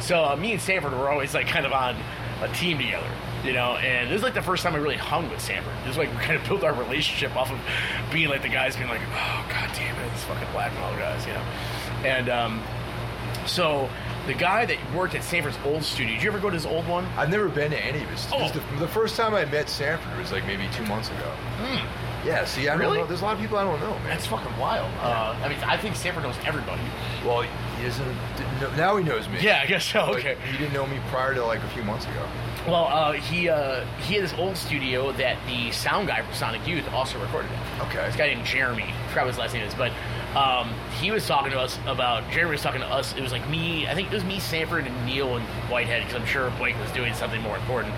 Speaker 2: So uh, me and Sanford were always like kind of on a team together, you know. And this is like the first time I really hung with Sanford. This is like we kind of built our relationship off of being like the guys being like, oh god damn it, this fucking black metal guys, you know. And um, so the guy that worked at Sanford's old studio, did you ever go to his old one?
Speaker 3: I've never been to any of his.
Speaker 2: Oh.
Speaker 3: this is The, the first time I met Sanford was like maybe two months ago. Yeah. See, I don't
Speaker 2: Hmm. Really?
Speaker 3: know. There's a lot of people I don't know, man.
Speaker 2: That's fucking wild. Uh, I mean, I think Sanford knows everybody.
Speaker 3: well, he doesn't. didn't know- Now he knows me.
Speaker 2: Yeah, I guess so.
Speaker 3: But
Speaker 2: Okay.
Speaker 3: He didn't know me prior to like a few months ago.
Speaker 2: Well, uh, he uh, he had this old studio that the sound guy from Sonic Youth also recorded at.
Speaker 3: Okay.
Speaker 2: This guy named Jeremy, I forgot what his last name is, but um, he was talking to us about Jeremy was talking to us. It was like me, I think it was me, Sanford, and Neil and Whitehead, because I'm sure Blake was doing something more important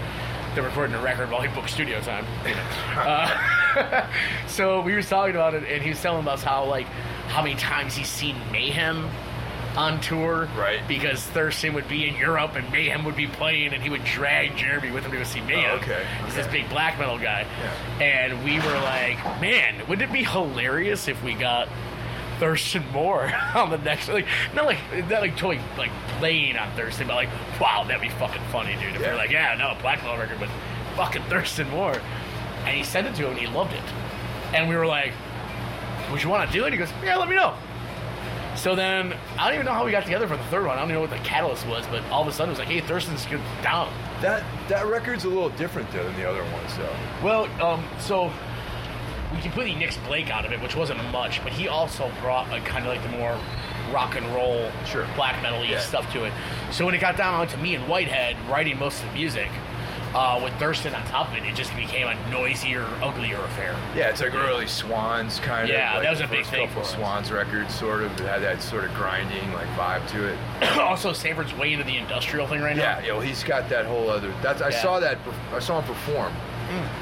Speaker 2: than recording a record while he booked studio time. you know. Uh, [laughs] so we were talking about it, and he was telling us how like how many times he's seen Mayhem on tour,
Speaker 3: Right.
Speaker 2: Because Thurston would be in Europe and Mayhem would be playing, and he would drag Jeremy with him to go see Mayhem.
Speaker 3: Oh, okay,
Speaker 2: He's this
Speaker 3: okay.
Speaker 2: big black metal guy,
Speaker 3: Yeah.
Speaker 2: and we were like, man, wouldn't it be hilarious if we got Thurston Moore [laughs] on the next? Like, not like not like totally like playing on Thurston, but like, wow, that'd be fucking funny, dude. If
Speaker 3: Yeah.
Speaker 2: we're like, yeah, no, black metal record with fucking Thurston Moore, and he sent it to him, and he loved it, and we were like, would you want to do it? He goes, yeah, let me know. So then, I don't even know how we got together for the third one. I don't even know what the catalyst was, but all of a sudden it was like, hey, Thurston's good down.
Speaker 3: That that record's a little different though than the other ones, though.
Speaker 2: Well, um, so we completely nixed Blake out of it, which wasn't much, but he also brought like kind of like the more rock and roll,
Speaker 3: Sure.
Speaker 2: black metal y
Speaker 3: Yeah.
Speaker 2: stuff to it. So when it got down onto me and Whitehead writing most of the music, uh, with Thurston on top of it, it just became a noisier, uglier affair.
Speaker 3: Yeah, it's like early Swans kind of.
Speaker 2: Yeah,
Speaker 3: like
Speaker 2: that was a
Speaker 3: the
Speaker 2: big
Speaker 3: first
Speaker 2: thing
Speaker 3: couple
Speaker 2: for us.
Speaker 3: Swans records, sort of. It had that sort of grinding like vibe to it.
Speaker 2: [coughs] also, Sanford's way into the industrial thing right now.
Speaker 3: Yeah, yo, he's got that whole other. That's I
Speaker 2: Yeah. Hmm.
Speaker 3: saw that. perf- I saw him perform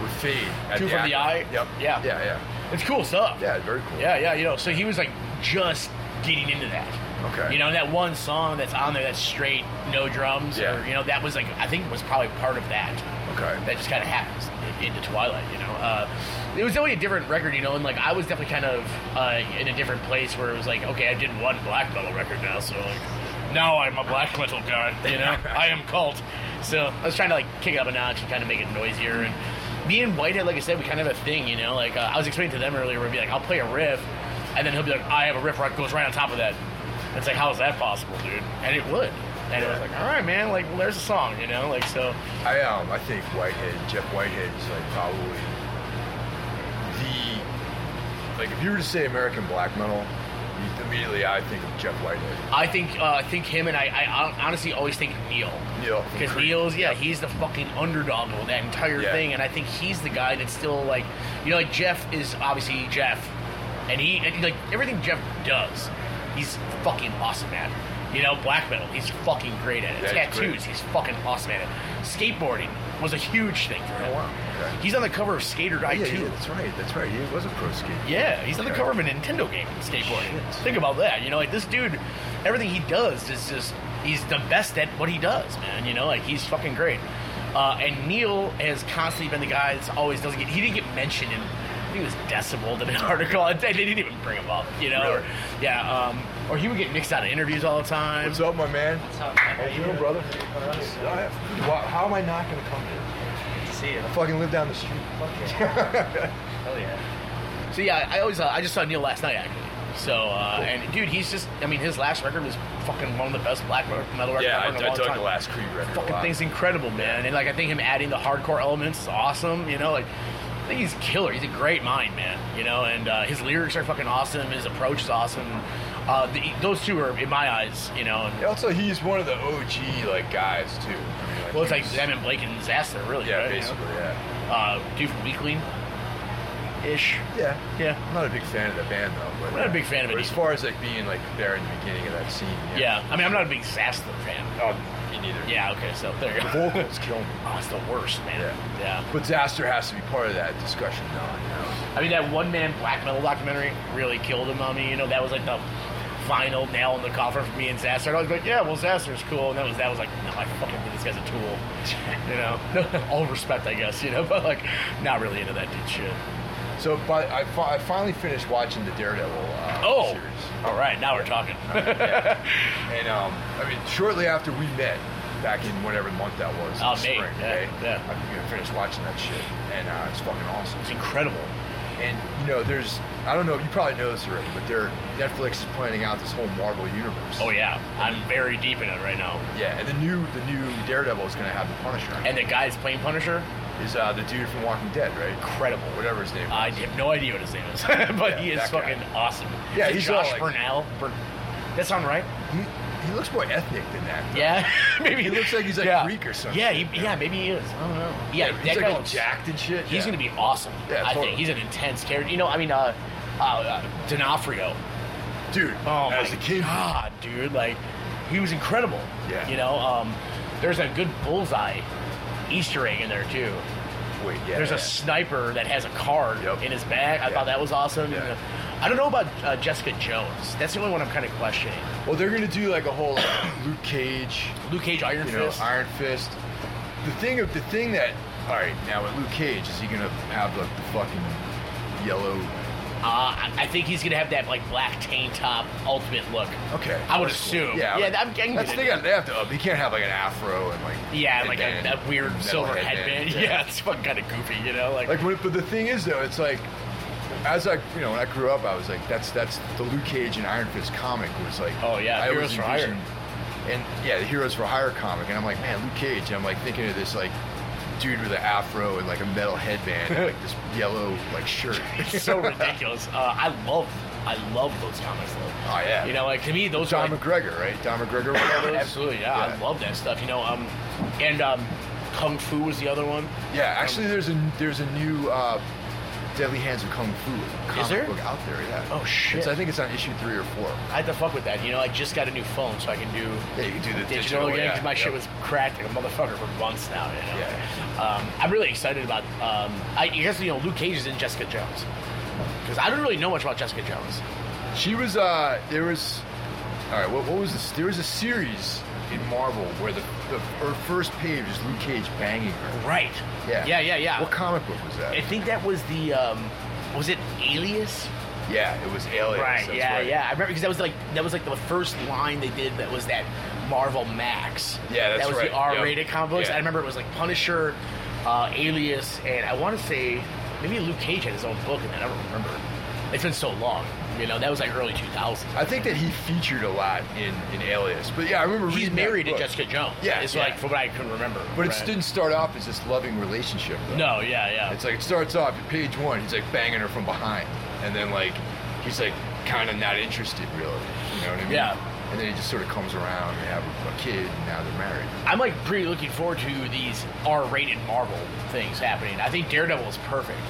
Speaker 3: with Fade. at
Speaker 2: Two from
Speaker 3: Acme.
Speaker 2: the Eye?
Speaker 3: Yep.
Speaker 2: Yeah.
Speaker 3: Yeah, yeah,
Speaker 2: It's cool stuff.
Speaker 3: yeah. Very cool.
Speaker 2: Yeah, yeah, you know, so he was like just getting into that.
Speaker 3: Okay.
Speaker 2: You know, that one song that's on there that's straight, no drums,
Speaker 3: Yeah.
Speaker 2: or, you know, that was like, I think was probably part of that.
Speaker 3: Okay.
Speaker 2: that just kind of happens i- into Twilight, you know. Uh, it was definitely a different record, you know, and like I was definitely kind of uh, in a different place where it was like, okay, I did one black metal record now, so like now I'm a black metal god, you know. I am cult. So I was trying to like kick it up a notch and kind of make it noisier. And me and Whitehead, like I said, we kind of have a thing, you know. Like uh, I was explaining to them earlier, we'd be like, I'll play a riff, and then he'll be like, I have a riff that goes right on top of that. It's like, how is that possible, dude? And it would. And it was like, all right, man. Like, well, there's a song, you know. Like, so
Speaker 3: I um I think Whitehead, Jeff Whitehead is like probably the like if you were to say American black metal, you, immediately I think of Jeff Whitehead.
Speaker 2: I think uh, I think him and I, I honestly always think Neil.
Speaker 3: Neil from
Speaker 2: Because
Speaker 3: Creed.
Speaker 2: Neil's, yeah, he's the fucking underdog of that entire
Speaker 3: Yeah.
Speaker 2: thing, and I think he's the guy that's still like, you know, like Jeff is obviously Jeff, and he and like everything Jeff does, he's fucking awesome at. it. You know, black metal, he's fucking great at it.
Speaker 3: Yeah, he's great.
Speaker 2: Tattoos, he's fucking awesome at it. Skateboarding was a huge thing for him.
Speaker 3: Oh, wow. Okay. Oh,
Speaker 2: He's on the cover of Skater Die
Speaker 3: yeah,
Speaker 2: too.
Speaker 3: yeah, that's right. That's right. He was a pro skater.
Speaker 2: Yeah, he's on the
Speaker 3: Yeah.
Speaker 2: cover of a Nintendo game in skateboarding.
Speaker 3: Shit.
Speaker 2: Think about that. You know, like this dude, everything he does is just, he's the best at what he does, man. You know, like he's fucking great. Uh, and Neil has constantly been the guy that's always doesn't get, he didn't get mentioned in, I think it was Decibel in an [laughs] article. and They didn't even bring him up, you know?
Speaker 3: Really?
Speaker 2: Or, yeah, um, or he would get mixed out of interviews all the time.
Speaker 3: What's up, my man? What's
Speaker 4: up?
Speaker 3: How you doing, brother? Why, how am I not gonna come here?
Speaker 4: See you.
Speaker 3: I fucking live down the street.
Speaker 4: Hell yeah.
Speaker 2: So yeah, I always uh, I just saw Neil last night actually. So uh, and dude, he's just I mean his last record was fucking one of the best black metal records
Speaker 3: Yeah,
Speaker 2: I've
Speaker 3: I,
Speaker 2: heard in a
Speaker 3: I
Speaker 2: long
Speaker 3: dug
Speaker 2: time.
Speaker 3: the last Creed record. a
Speaker 2: fucking
Speaker 3: lot.
Speaker 2: thing's incredible, man. And like I think him adding the hardcore elements is awesome. You know, like I think he's a killer. He's a great mind, man. You know, and uh, his lyrics are fucking awesome. His approach is awesome. Uh, the, those two are in my eyes, you know. And,
Speaker 3: And Also, he's one of the OG like guys too. I mean,
Speaker 2: well, it's like
Speaker 3: he's-
Speaker 2: them and Blake and Disaster, really.
Speaker 3: yeah,
Speaker 2: right? You know?
Speaker 3: basically, yeah.
Speaker 2: Uh, dude from Weekly, ish.
Speaker 3: Yeah.
Speaker 2: Yeah.
Speaker 3: I'm not a big fan of the band though. But,
Speaker 2: I'm not a big fan of it
Speaker 3: but As
Speaker 2: either.
Speaker 3: far as like being like there in the beginning of that scene.
Speaker 2: Yeah. I mean, I'm not a big Disaster fan.
Speaker 3: Oh, me neither.
Speaker 2: Yeah. Okay. So there you
Speaker 3: The
Speaker 2: go.
Speaker 3: vocals kill me.
Speaker 2: Oh, it's the worst, man.
Speaker 3: Yeah.
Speaker 2: yeah.
Speaker 3: But Disaster has to be part of that discussion now. You know?
Speaker 2: I mean, that one man black metal documentary really killed him on me. You know, that was like the final nail in the coffin for me and Zasser. And I was like, yeah, well, Zasser's cool. And that was that was like, no, I fucking think this guy's a tool. You know, [laughs] all respect, I guess. You know, [laughs] but like, not really into that dude shit.
Speaker 3: So, but I, fi- I finally finished watching the Daredevil uh,
Speaker 2: Oh,
Speaker 3: series.
Speaker 2: all right, now we're talking.
Speaker 3: And um, I mean, shortly after we met, back in whatever month that was,
Speaker 2: Oh,
Speaker 3: in
Speaker 2: May,
Speaker 3: spring,
Speaker 2: yeah,
Speaker 3: May,
Speaker 2: yeah.
Speaker 3: I you know, finished watching that shit, and uh, it's fucking awesome.
Speaker 2: it's incredible.
Speaker 3: And you know, there's I don't know, you probably know this already, but they're Netflix is planning out this whole Marvel universe.
Speaker 2: Oh yeah, I'm very deep in it right now.
Speaker 3: Yeah, and the new the new Daredevil is gonna have the Punisher.
Speaker 2: And the guy that's playing Punisher,
Speaker 3: Is uh, the dude from Walking Dead, right?
Speaker 2: incredible. Uh,
Speaker 3: Whatever his name.
Speaker 2: I
Speaker 3: was.
Speaker 2: have no idea what his name is, [laughs] but
Speaker 3: Yeah,
Speaker 2: he is
Speaker 3: that guy.
Speaker 2: fucking awesome.
Speaker 3: Yeah,
Speaker 2: Is it
Speaker 3: he's
Speaker 2: Josh
Speaker 3: all like-
Speaker 2: Bernal. Bern- that sound right?
Speaker 3: He, he looks more ethnic than that. though. [laughs]
Speaker 2: Yeah, maybe
Speaker 3: He looks like he's like
Speaker 2: yeah.
Speaker 3: Greek or something.
Speaker 2: Yeah, he, yeah, maybe he is. I don't know. Yeah,
Speaker 3: he's
Speaker 2: that
Speaker 3: like
Speaker 2: guy
Speaker 3: all
Speaker 2: looks-
Speaker 3: jacked and shit.
Speaker 2: He's
Speaker 3: yeah.
Speaker 2: gonna be awesome.
Speaker 3: Yeah,
Speaker 2: I
Speaker 3: totally.
Speaker 2: think he's an intense character. You know, I mean, uh, uh, uh D'Onofrio.
Speaker 3: dude.
Speaker 2: Oh
Speaker 3: as
Speaker 2: my
Speaker 3: a kid,
Speaker 2: god, dude! Like, he was incredible.
Speaker 3: Yeah.
Speaker 2: You know, um, there's a good bullseye Easter egg in there too.
Speaker 3: [laughs] wait, yeah.
Speaker 2: There's
Speaker 3: yeah.
Speaker 2: a sniper that has a card
Speaker 3: Yep.
Speaker 2: in his bag. I
Speaker 3: Yeah.
Speaker 2: thought that was awesome.
Speaker 3: Yeah.
Speaker 2: And, uh, I don't know about uh, Jessica Jones. That's the only one I'm kind of questioning.
Speaker 3: well, they're gonna do like a whole
Speaker 2: [laughs]
Speaker 3: like, Luke Cage,
Speaker 2: Luke Cage, Iron
Speaker 3: you know,
Speaker 2: Fist.
Speaker 3: Iron Fist. The thing of the thing that all right now with Luke Cage is he gonna have like the fucking yellow?
Speaker 2: Uh, I- I think he's gonna have that like black tank top ultimate look.
Speaker 3: Okay,
Speaker 2: I would
Speaker 3: that's cool.
Speaker 2: assume.
Speaker 3: Yeah,
Speaker 2: yeah.
Speaker 3: like,
Speaker 2: I'm getting
Speaker 3: That's the thing they have to up. He can't have like an afro and like
Speaker 2: Yeah, like a,
Speaker 3: headband,
Speaker 2: a weird
Speaker 3: metal
Speaker 2: silver [laughs] headband. Yeah. it's fucking kind of goofy, you know. Like,
Speaker 3: Like, when, but the thing is though, it's like, as I, you know, when I grew up, I was like, that's that's the Luke Cage and Iron Fist comic was like,
Speaker 2: Oh, yeah,
Speaker 3: I
Speaker 2: Heroes for Hire.
Speaker 3: envisioned- and yeah, the Heroes for Hire comic, and I'm like, man, Luke Cage, and I'm like thinking of this like dude with an afro and
Speaker 2: [laughs]
Speaker 3: like a metal headband, and, like this yellow like shirt.
Speaker 2: it's so ridiculous. Uh, I love I love those comics though.
Speaker 3: Oh, yeah.
Speaker 2: You know, like to me, those are
Speaker 3: Don
Speaker 2: like,
Speaker 3: McGregor, right? Don McGregor. one of those?
Speaker 2: absolutely yeah, I love that stuff. You know, um, and um, Kung Fu was the other one.
Speaker 3: Yeah, actually, there's a there's a new uh, Deadly Hands of Kung Fu comic
Speaker 2: there?
Speaker 3: book out there. Yeah.
Speaker 2: Oh, shit.
Speaker 3: It's- I think it's on issue three or four.
Speaker 2: I had to fuck with that. You know, I just got a new phone, so I can do
Speaker 3: Yeah, you can do the
Speaker 2: digital,
Speaker 3: digital,
Speaker 2: again
Speaker 3: yeah,
Speaker 2: 'cause my shit
Speaker 3: yep.
Speaker 2: was cracked like a motherfucker for months now. You know?
Speaker 3: Yeah.
Speaker 2: Um, I'm really excited about. Um, I, I guess you know Luke Cage is in Jessica Jones because I don't really know much about Jessica Jones.
Speaker 3: She was uh there was all right. What, what was this? There was a series in Marvel where the, the her first page is Luke Cage banging her.
Speaker 2: Right.
Speaker 3: Yeah.
Speaker 2: Yeah. Yeah. Yeah.
Speaker 3: What comic book was that?
Speaker 2: I think that was the. Um, was it Alias?
Speaker 3: yeah, it was Aliens.
Speaker 2: Right.
Speaker 3: that's
Speaker 2: Yeah.
Speaker 3: right.
Speaker 2: Yeah. I remember because that was like that was like the first line they did that was that Marvel Max.
Speaker 3: Yeah, that's
Speaker 2: that was
Speaker 3: right,
Speaker 2: the
Speaker 3: yep,
Speaker 2: R-rated comic books.
Speaker 3: yeah.
Speaker 2: I remember it was like Punisher, uh, Alias, and I want to say maybe Luke Cage had his own book, and I don't remember. It's been so long. You know, that was like early 2000s.
Speaker 3: I think that he featured a lot in in Alias, but yeah, I remember
Speaker 2: He's
Speaker 3: reading that
Speaker 2: married to
Speaker 3: book.
Speaker 2: Jessica Jones.
Speaker 3: Yeah,
Speaker 2: It's
Speaker 3: yeah.
Speaker 2: like from what I can remember.
Speaker 3: But it
Speaker 2: Right.
Speaker 3: didn't start off as this loving relationship. Though.
Speaker 2: No. Yeah. Yeah.
Speaker 3: It's like it starts off at page one. He's like banging her from behind, and then like he's like kind of not interested really. You know what I mean?
Speaker 2: Yeah.
Speaker 3: And then he just sort of comes around. They have a a kid. And now they're married.
Speaker 2: I'm like pretty looking forward to these R-rated Marvel things happening. I think Daredevil is perfect.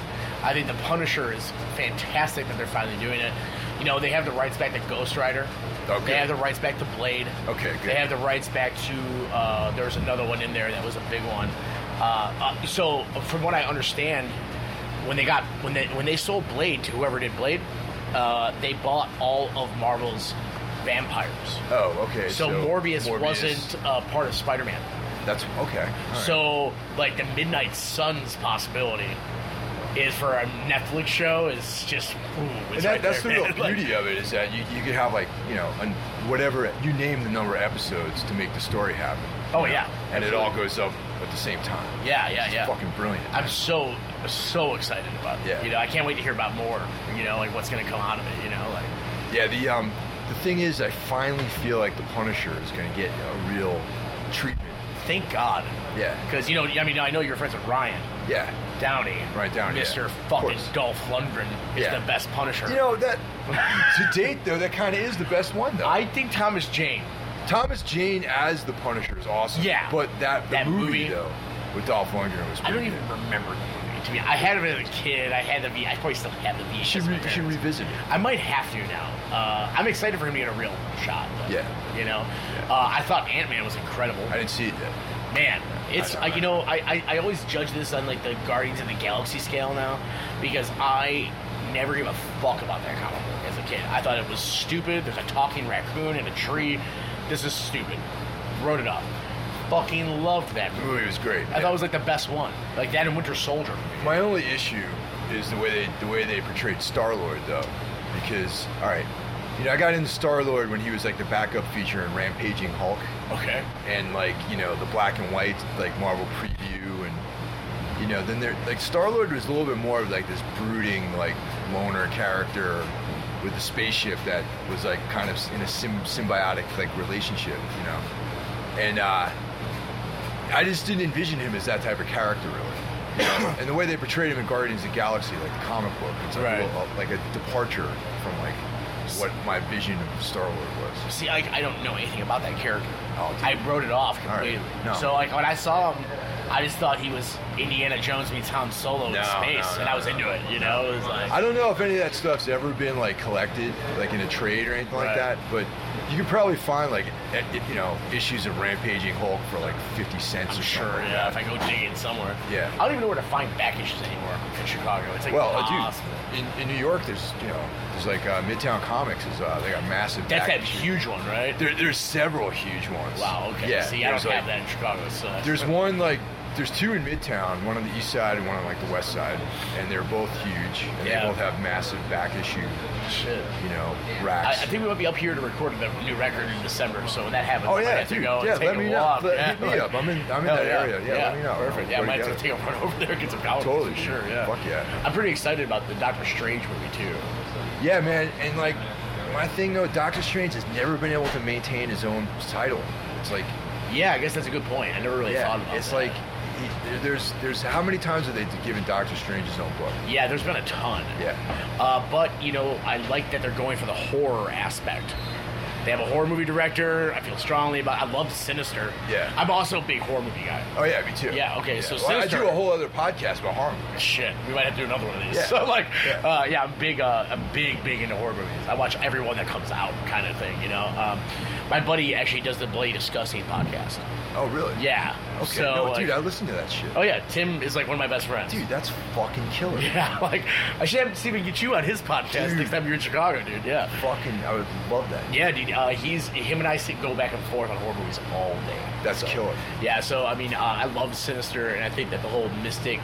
Speaker 2: I think The Punisher is fantastic that they're finally doing it. You know, they have the rights back to Ghost Rider.
Speaker 3: Okay.
Speaker 2: They have the rights back to Blade.
Speaker 3: Oh, Okay, good.
Speaker 2: They have the rights back to. Uh, there was another one in there that was a big one. Uh, uh, so, from what I understand, when they got when they when they sold Blade to whoever did Blade, uh, they bought all of Marvel's vampires.
Speaker 3: Oh, okay.
Speaker 2: So, Morbius, wasn't uh, part of Spider-Man.
Speaker 3: That's okay. all right.
Speaker 2: So, like the Midnight Suns possibility is for a Netflix show is just. Ooh,
Speaker 3: And
Speaker 2: it's
Speaker 3: that,
Speaker 2: right
Speaker 3: that's
Speaker 2: there,
Speaker 3: the real [laughs]
Speaker 2: [laughs] man. Like,
Speaker 3: beauty of it is that you, you could have like you know an, whatever you name the number of episodes to make the story happen.
Speaker 2: Oh,
Speaker 3: you know?
Speaker 2: yeah.
Speaker 3: And it all goes up at the same time.
Speaker 2: yeah, yeah, yeah.
Speaker 3: Fucking brilliant.
Speaker 2: I'm so so excited about it.
Speaker 3: Yeah.
Speaker 2: You know, I can't wait to hear about more. You know, like what's gonna come out of it. You know, like
Speaker 3: Yeah, the um, the thing is, I finally feel like the Punisher is going to get a real treatment.
Speaker 2: thank God.
Speaker 3: Yeah,
Speaker 2: Because you know, I mean, I know you're friends with Ryan
Speaker 3: yeah.
Speaker 2: Downey.
Speaker 3: Right, Downey, yeah.
Speaker 2: Mr.
Speaker 3: Of
Speaker 2: Fucking
Speaker 3: course.
Speaker 2: Dolph Lundgren is
Speaker 3: Yeah.
Speaker 2: the best Punisher.
Speaker 3: You know that to date though, that kind of is the best one though.
Speaker 2: I think Thomas Jane.
Speaker 3: Thomas Jane as the Punisher is awesome.
Speaker 2: Yeah.
Speaker 3: but that the
Speaker 2: That
Speaker 3: movie,
Speaker 2: movie.
Speaker 3: though with Dolph Lundgren was.
Speaker 2: I don't
Speaker 3: pretty
Speaker 2: even
Speaker 3: good.
Speaker 2: remember the movie. To be, I had it as a kid. I had the V. I probably still have the V.
Speaker 3: You should, re- you should revisit it.
Speaker 2: I might have to now. Uh, I'm excited for him to get a real shot. Though,
Speaker 3: Yeah.
Speaker 2: You know, uh, I thought Ant Man was incredible.
Speaker 3: I didn't see it yet.
Speaker 2: Man, it's
Speaker 3: I
Speaker 2: I,
Speaker 3: know,
Speaker 2: you know I, I, I always judge this on like the Guardians of the Galaxy scale now because I never gave a fuck about that comic book as a kid. I thought it was stupid. There's a talking raccoon and a tree. This is stupid. Wrote it off. Fucking loved that
Speaker 3: The
Speaker 2: movie.
Speaker 3: movie was great.
Speaker 2: I thought it was like the best one. Like that and Winter Soldier.
Speaker 3: My only issue is the way they the way they portrayed Star Lord though, because all right, you know I got into Star Lord when he was like the backup feature in Rampaging Hulk.
Speaker 2: Okay.
Speaker 3: and like you know the black and white like Marvel preview and you know then there like Star Lord was a little bit more of like this brooding like loner character with the spaceship that was like kind of in a sym- symbiotic like relationship you know and uh, I just didn't envision him as that type of character really. you know? and the way they portrayed him in Guardians of the Galaxy, like the comic book, it's like,
Speaker 2: Right.
Speaker 3: a, little- uh, like a departure from like what my vision of Star Lord was.
Speaker 2: See, I, I don't know anything about that character.
Speaker 3: Oh, dude.
Speaker 2: I wrote it off
Speaker 3: All right.
Speaker 2: completely.
Speaker 3: No.
Speaker 2: So like when I saw him, I just thought he was Indiana Jones meets Han Solo
Speaker 3: No,
Speaker 2: in space,
Speaker 3: no,
Speaker 2: and
Speaker 3: no,
Speaker 2: I was
Speaker 3: no,
Speaker 2: into it. You know, it was like
Speaker 3: I don't know if any of that stuff's ever been like collected, like in a trade or anything like
Speaker 2: Right.
Speaker 3: that. But you could probably find like, e- e- you know, issues of Rampaging Hulk for like fifty cents
Speaker 2: I'm
Speaker 3: or
Speaker 2: sure.
Speaker 3: something.
Speaker 2: Yeah, if I go digging somewhere.
Speaker 3: Yeah.
Speaker 2: I don't even know where to find back issues anymore in Chicago. It's like
Speaker 3: Well, uh,
Speaker 2: impossible.
Speaker 3: dude, in, in New York, there's you know, there's like uh, Midtown Comics is uh, they got massive. back
Speaker 2: That's that
Speaker 3: issues.
Speaker 2: huge one, right?
Speaker 3: There, there's several huge ones.
Speaker 2: wow. Okay.
Speaker 3: Yeah.
Speaker 2: See, I don't
Speaker 3: there's, like-
Speaker 2: have that in Chicago. So that's-
Speaker 3: There's one like. There's two in Midtown, one on the east side and one on like the west side, and they're both huge. And
Speaker 2: Yeah.
Speaker 3: they both have massive back issue,
Speaker 2: shit.
Speaker 3: you know,
Speaker 2: I, I
Speaker 3: racks.
Speaker 2: think we might be up here to record the new record in December. So when that happens,
Speaker 3: Oh
Speaker 2: I might
Speaker 3: yeah,
Speaker 2: have to
Speaker 3: dude.
Speaker 2: go
Speaker 3: yeah,
Speaker 2: and take
Speaker 3: let
Speaker 2: a
Speaker 3: me
Speaker 2: walk.
Speaker 3: know. Let-
Speaker 2: yeah.
Speaker 3: Hit me up. I'm in. I'm in
Speaker 2: Hell
Speaker 3: that
Speaker 2: yeah.
Speaker 3: area. Yeah, let me know.
Speaker 2: Perfect. Yeah, I
Speaker 3: We'll
Speaker 2: might
Speaker 3: go
Speaker 2: have to
Speaker 3: together.
Speaker 2: take a run [laughs] over there and get some coffee.
Speaker 3: Totally,
Speaker 2: for
Speaker 3: dude.
Speaker 2: sure. Yeah.
Speaker 3: Fuck yeah.
Speaker 2: I'm pretty excited about the Doctor Strange movie too.
Speaker 3: Yeah, man. And like, my thing though, Doctor Strange has never been able to maintain his own title. It's like,
Speaker 2: Yeah, I guess that's a good point. I never really thought
Speaker 3: yeah,
Speaker 2: about.
Speaker 3: it's
Speaker 2: that.
Speaker 3: like he, there- there's there's how many times have they given Doctor Strange his own book?
Speaker 2: Yeah, there's been a ton.
Speaker 3: Yeah.
Speaker 2: Uh, but you know, I like that they're going for the horror aspect. They have a horror movie director. I feel strongly about. I love Sinister.
Speaker 3: Yeah.
Speaker 2: I'm also a big horror movie guy.
Speaker 3: Oh yeah, me too.
Speaker 2: Yeah, okay, so
Speaker 3: well, I
Speaker 2: Sinister-
Speaker 3: do a whole other podcast about horror movies.
Speaker 2: Shit, we might have to do another one of these.
Speaker 3: Yeah.
Speaker 2: [laughs] So like,
Speaker 3: Yeah.
Speaker 2: yeah, uh, yeah I'm big, uh, I'm big, big into horror movies. I watch every one that comes out, kind of thing. You know, um, my buddy actually does the Bloody Disgusting podcast.
Speaker 3: Oh really?
Speaker 2: Yeah.
Speaker 3: Okay.
Speaker 2: So,
Speaker 3: no,
Speaker 2: like-
Speaker 3: dude, I listen to that shit.
Speaker 2: oh yeah, Tim is like one of my best friends.
Speaker 3: Dude, that's fucking killer.
Speaker 2: [laughs] Yeah, like I should have see if we can get you on his podcast
Speaker 3: Dude.
Speaker 2: next time you're in Chicago, dude. Yeah.
Speaker 3: Fucking, I would love that.
Speaker 2: Yeah, dude. Uh, he's him and I sit, go back and forth on horror movies all day.
Speaker 3: That's
Speaker 2: so,
Speaker 3: killer.
Speaker 2: Yeah, so I mean, uh, I love Sinister, and I think that the whole mystic,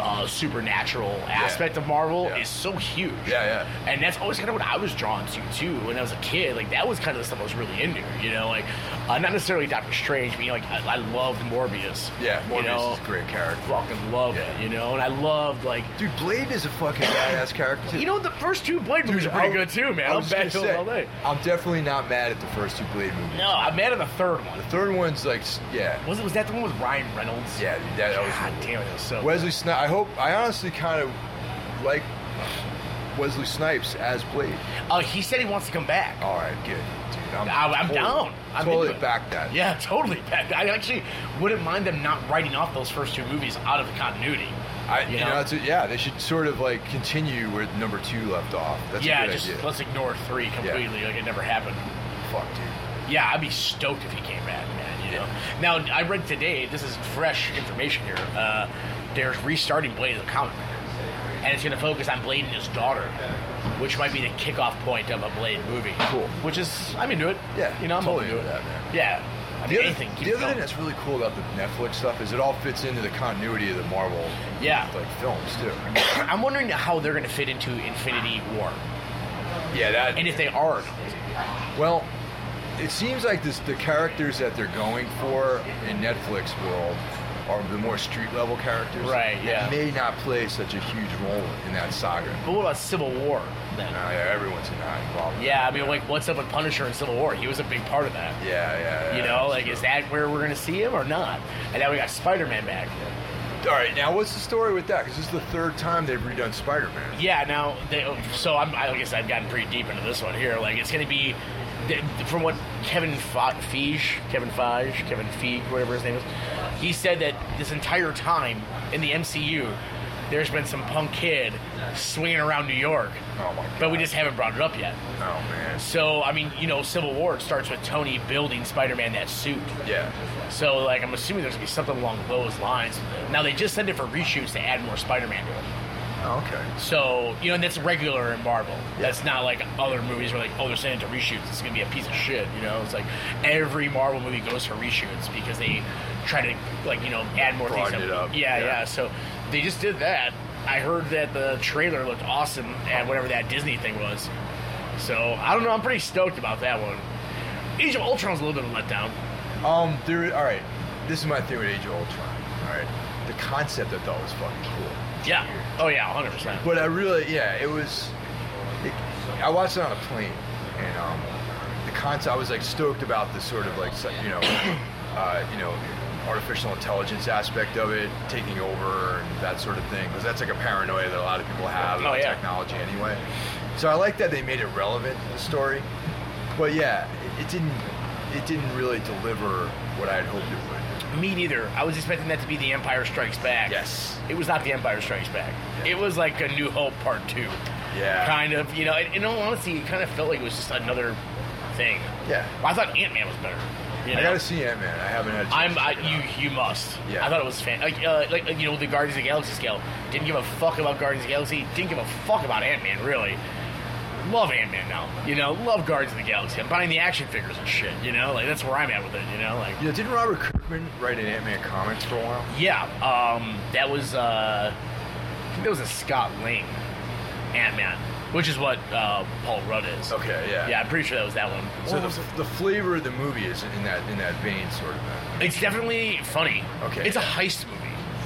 Speaker 2: uh, supernatural aspect of Marvel
Speaker 3: Yeah.
Speaker 2: is so huge.
Speaker 3: Yeah, yeah.
Speaker 2: And that's always kind of what I was drawn to too when I was a kid. Like that was kind of the stuff I was really into. You know, like uh, not necessarily Doctor Strange, but you know, like I, I loved Morbius.
Speaker 3: Yeah,
Speaker 2: you
Speaker 3: Morbius
Speaker 2: know?
Speaker 3: is a great character.
Speaker 2: Fucking loved
Speaker 3: Yeah.
Speaker 2: it. You know, and I loved like.
Speaker 3: Dude, Blade is a fucking badass character. too.
Speaker 2: You know, the first two Blade movies
Speaker 3: Dude,
Speaker 2: are pretty
Speaker 3: I-
Speaker 2: good too, man.
Speaker 3: I
Speaker 2: I'm
Speaker 3: was
Speaker 2: back to
Speaker 3: gonna
Speaker 2: it
Speaker 3: say,
Speaker 2: all day.
Speaker 3: I'm definitely not mad at the first two Blade movies.
Speaker 2: No, I'm mad at the third one.
Speaker 3: The third one's like, s- yeah,
Speaker 2: Was it was that the one with Ryan Reynolds?
Speaker 3: yeah, dude, that,
Speaker 2: God
Speaker 3: that was.
Speaker 2: damn it, it was so.
Speaker 3: Wesley Snipes. I hope. I honestly kind of like Wesley Snipes as Blade.
Speaker 2: Oh, he said he wants to come back.
Speaker 3: All right, good, dude. I'm,
Speaker 2: I- I'm
Speaker 3: totally-
Speaker 2: down. I'm
Speaker 3: totally
Speaker 2: into it.
Speaker 3: back that.
Speaker 2: Yeah, [laughs] totally. Pat. I actually wouldn't mind them not writing off those first two movies out of the continuity.
Speaker 3: I, you know, that's a, yeah, they should sort of like continue where number two left off. That's
Speaker 2: yeah,
Speaker 3: a good
Speaker 2: just
Speaker 3: idea.
Speaker 2: let's ignore three completely, like it never happened.
Speaker 3: Fuck, dude.
Speaker 2: Yeah, I'd be stoked if he came back, man. You know. Now I read today. This is fresh information here. Uh, they're restarting Blade as a comic, and it's going to focus on Blade and his daughter, which might be the kickoff point of a Blade movie.
Speaker 3: Cool.
Speaker 2: Which is, I'm into it.
Speaker 3: Yeah,
Speaker 2: You know, I'm
Speaker 3: totally
Speaker 2: open
Speaker 3: into
Speaker 2: to it.
Speaker 3: that, man.
Speaker 2: Yeah. I mean,
Speaker 3: The other,
Speaker 2: anything. keep
Speaker 3: the
Speaker 2: it
Speaker 3: other thing
Speaker 2: going.
Speaker 3: that's really cool about the Netflix stuff is it all fits into the continuity of the Marvel
Speaker 2: Yeah.
Speaker 3: like films too. [clears throat]
Speaker 2: [clears throat] I'm wondering how they're going to fit into Infinity War,
Speaker 3: yeah, that
Speaker 2: and if they are.
Speaker 3: Well, it seems like this the characters that they're going for in Netflix world are the more street level characters.
Speaker 2: Right,
Speaker 3: that
Speaker 2: yeah.
Speaker 3: May not play such a huge role in that saga.
Speaker 2: But what about Civil War then?
Speaker 3: Now, yeah, everyone's not involved. with
Speaker 2: Yeah, I
Speaker 3: that.
Speaker 2: mean, like, what's up with Punisher in Civil War? He was a big part of that.
Speaker 3: Yeah, yeah. yeah
Speaker 2: You know, like, is that where we're gonna see him or not? And now we got Spider Man back.
Speaker 3: All right, now what's the story with that? Because this is the third time they've redone Spider-Man.
Speaker 2: Yeah, now they, oh, so I'm, I guess I've gotten pretty deep into this one here. Like, it's gonna be th- from what Kevin Fa- Feige, Kevin Feige, Kevin Feige, whatever his name is. He said that this entire time in the MCU, there's been some punk kid swinging around New York,
Speaker 3: Oh my god.
Speaker 2: but we just haven't brought it up yet.
Speaker 3: Oh man.
Speaker 2: So, I mean, you know, Civil War it starts with Tony building Spider Man that suit.
Speaker 3: Yeah.
Speaker 2: So, like, I'm assuming there's gonna be something along those lines. Now, they just sent it for reshoots to add more Spider Man to it.
Speaker 3: Oh, okay.
Speaker 2: So, you know, and that's regular in Marvel. That's not like other movies where, like, oh, they're sending it to reshoots. It's gonna be a piece of shit, you know? It's like every Marvel movie goes for reshoots because they try to, like, you know, add more
Speaker 3: Broaden
Speaker 2: things.
Speaker 3: it
Speaker 2: that-
Speaker 3: up,
Speaker 2: Yeah,
Speaker 3: yeah.
Speaker 2: yeah, So, they just did that. I heard that the trailer looked awesome at whatever that Disney thing was. So, I don't know. I'm pretty stoked about that one. Age of Ultron's a little bit of a letdown.
Speaker 3: Um, there. All right, this is my thing with Age of Ultron. All right, the concept I thought was fucking cool,
Speaker 2: Yeah. Oh, yeah, 100%.
Speaker 3: but I really, yeah, it was. It, I watched it on a plane, and um, the concept. I was like stoked about the sort of like so- you know, [coughs] uh, you know, artificial intelligence aspect of it taking over and that sort of thing, because that's like a paranoia that a lot of people have
Speaker 2: Oh,
Speaker 3: about
Speaker 2: yeah.
Speaker 3: technology anyway. So I like that they made it relevant to the story, but yeah, it, it didn't. It didn't really deliver what I had hoped it would.
Speaker 2: Me neither. I was expecting that to be The Empire Strikes Back.
Speaker 3: Yes.
Speaker 2: It was not The Empire Strikes Back. It was like A New Hope Part 2.
Speaker 3: Yeah.
Speaker 2: Kind of, you know, and in all honesty, it kind of felt like it was just another thing.
Speaker 3: Yeah.
Speaker 2: Well, I thought Ant Man was better. You know?
Speaker 3: I gotta see Ant Man. I haven't had. A
Speaker 2: I'm,
Speaker 3: chance
Speaker 2: I,
Speaker 3: to check it out.
Speaker 2: you, you must.
Speaker 3: Yeah.
Speaker 2: I thought it was fan. Like, uh, like, like, you know, the Guardians of the Galaxy scale. Didn't give a fuck about Guardians of the Galaxy. Didn't give a fuck about Ant Man, really. Love Ant Man now. You know, love Guardians of the Galaxy. I'm buying the action figures and shit, you know? Like, that's where I'm at with it, you know? Like,
Speaker 3: Yeah, didn't Robert Kirkman write an Ant Man comics for a while?
Speaker 2: Yeah, um, that was uh, I think that was a Scott Lang Ant Man, which is what uh, Paul Rudd is.
Speaker 3: Okay, yeah.
Speaker 2: Yeah, I'm pretty sure that was that one.
Speaker 3: So the, the flavor of the movie is in that in that vein, sort of.
Speaker 2: it's definitely funny.
Speaker 3: Okay.
Speaker 2: it's a heist movie.